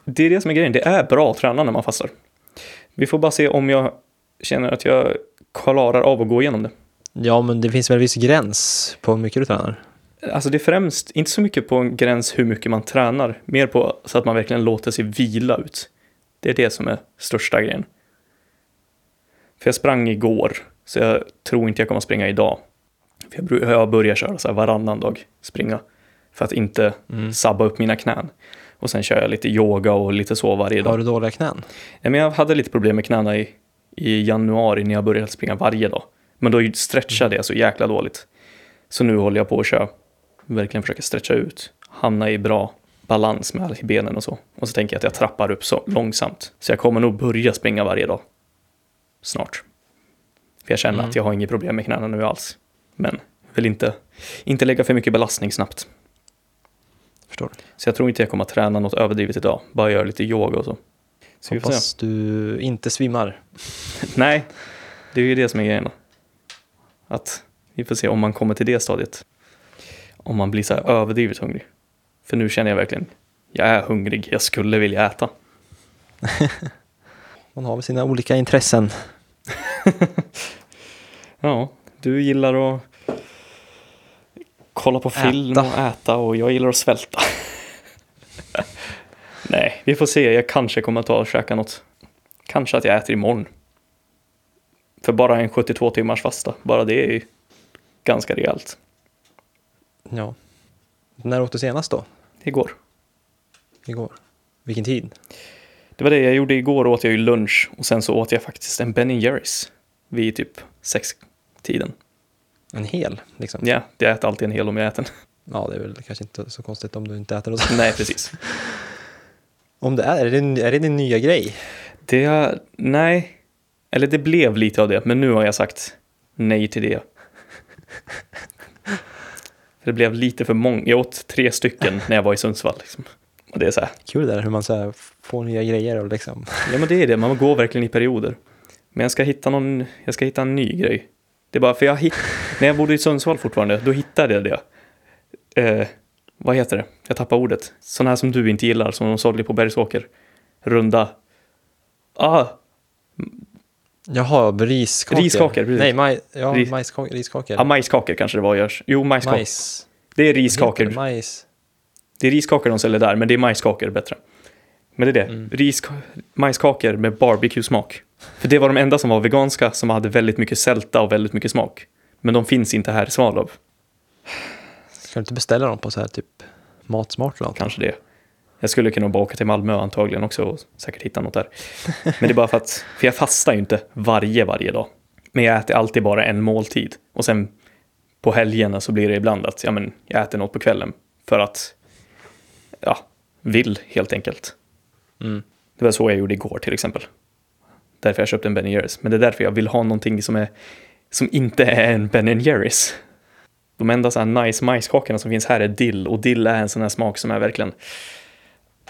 Speaker 2: det är det som är grejen. Det är bra att träna när man fastar. Vi får bara se om jag känner att jag klarar av att gå igenom det.
Speaker 1: Ja, men det finns väl en viss gräns på hur mycket du tränar?
Speaker 2: Alltså det är främst, inte så mycket på en gräns hur mycket man tränar, mer på så att man verkligen låter sig vila ut. Det är det som är största grejen. För jag sprang igår, så jag tror inte jag kommer springa idag. För jag, bru- jag börjar köra så här varannan dag, springa. För att inte
Speaker 1: Mm.
Speaker 2: sabba upp mina knän. Och sen kör jag lite yoga och lite så varje dag.
Speaker 1: Har du dåliga knän?
Speaker 2: Ja, men jag hade lite problem med knäna i, i januari när jag började springa varje dag. Men då stretchade jag så jäkla dåligt. Så nu håller jag på att köra, verkligen försöka stretcha ut, hamna i bra balans med benen och så. Och så tänker jag att jag trappar upp så långsamt. Så jag kommer nog börja springa varje dag. Snart. För jag känner
Speaker 1: Mm.
Speaker 2: att jag har inget problem med knäna nu alls. Men vill inte, inte lägga för mycket belastning snabbt.
Speaker 1: Förstår du?
Speaker 2: Så jag tror inte jag kommer att träna något överdrivet idag. Bara göra lite yoga och så. Så vi får se.
Speaker 1: Hoppas du inte svimmar.
Speaker 2: Nej, det är ju det som är grejen. då. Att vi får se om man kommer till det stadiet. Om man blir så här överdrivet hungrig. För nu känner jag verkligen, jag är hungrig, jag skulle vilja äta.
Speaker 1: Man har väl sina olika intressen.
Speaker 2: Ja, du gillar att kolla på film
Speaker 1: Äta.
Speaker 2: och äta och jag gillar att svälta. Nej, vi får se. Jag kanske kommer att ta och käka något. Kanske att jag äter imorgon. För bara en 72 timmars fasta, bara det är ju ganska rejält.
Speaker 1: Ja. När åt du senast då?
Speaker 2: Igår.
Speaker 1: Igår? Vilken tid?
Speaker 2: Det var det jag gjorde igår, åt jag ju lunch och sen så åt jag faktiskt en Ben Jerrys vid typ sex-tiden.
Speaker 1: En hel, liksom?
Speaker 2: Ja, jag äter alltid en hel om jag äter en.
Speaker 1: Ja, det är väl kanske inte så konstigt om du inte äter något.
Speaker 2: Nej, precis.
Speaker 1: Om det är, är det, är det din nya grej?
Speaker 2: Det, nej. Eller det blev lite av det, men nu har jag sagt nej till det. För det blev lite för många. Jag åt tre stycken när jag var i Sundsvall. Liksom. Och det är så här,
Speaker 1: Kul det där hur man så här får nya grejer och liksom.
Speaker 2: ja men det är det, man går verkligen i perioder. Men jag ska hitta någon, jag ska hitta en ny grej. Det är bara för jag hit, när jag bodde i Sundsvall fortfarande, då hittade jag det. Eh, vad heter det? Jag tappar ordet. Sådana här som du inte gillar, som de sålde på Bergsåker. Runda. Ah,
Speaker 1: Jaha, riskakor.
Speaker 2: Riskakor, precis.
Speaker 1: Nej, maj, ja,
Speaker 2: Ris-
Speaker 1: majskakor, riskakor.
Speaker 2: Ja, majskakor kanske det var görs. Jo, majskakor.
Speaker 1: Majs.
Speaker 2: Det är
Speaker 1: Heter det
Speaker 2: riskakor.
Speaker 1: Majs.
Speaker 2: Det är riskakor de säljer där, men det är majskakor bättre. Men det är det. Ris, majskakor med barbecue-smak. För det var de enda som var veganska som hade väldigt mycket sälta och väldigt mycket smak. Men de finns inte här i Svalöv.
Speaker 1: Ska du inte beställa dem på så här typ Matsmart eller något?
Speaker 2: Kanske det. Jag skulle kunna bara åka till Malmö antagligen också och säkert hitta något där. Men det är bara för att, för jag fastar ju inte varje, varje dag. Men jag äter alltid bara en måltid. Och sen på helgerna så blir det ibland att ja, men, jag äter något på kvällen. För att, ja, vill helt enkelt.
Speaker 1: Mm.
Speaker 2: Det var så jag gjorde igår till exempel. Därför jag köpte en Ben Jerrys. Men det är därför jag vill ha någonting som, är, som inte är en Ben Jerrys. De enda så här nice majskakorna som finns här är dill och dill är en sån här smak som är verkligen...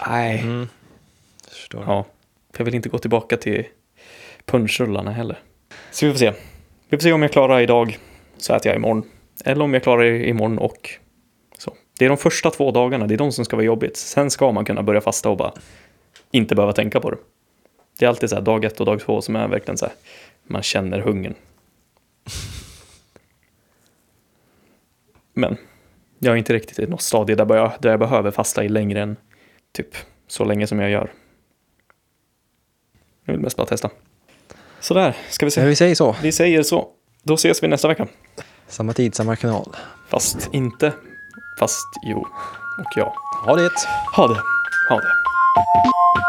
Speaker 2: Nej.
Speaker 1: Mm. Förstår.
Speaker 2: Ja. För jag vill inte gå tillbaka till punchrullarna heller. Så vi får se. Vi får se om jag klarar idag så äter jag imorgon. Eller om jag klarar imorgon och så. Det är de första två dagarna, det är de som ska vara jobbigt. Sen ska man kunna börja fasta och bara inte behöva tänka på det. Det är alltid så här dag ett och dag två som är verkligen så här, man känner hungern. Men jag är inte riktigt i något stadie där jag, där jag behöver fasta i längre än typ så länge som jag gör. Jag vill mest bara testa. Sådär, ska vi
Speaker 1: Men
Speaker 2: se.
Speaker 1: vi säger så.
Speaker 2: Vi säger så. Då ses vi nästa vecka.
Speaker 1: Samma tid, samma kanal.
Speaker 2: Fast inte. Fast jo. Och ja.
Speaker 1: Ha det!
Speaker 2: Ha det. Ha det.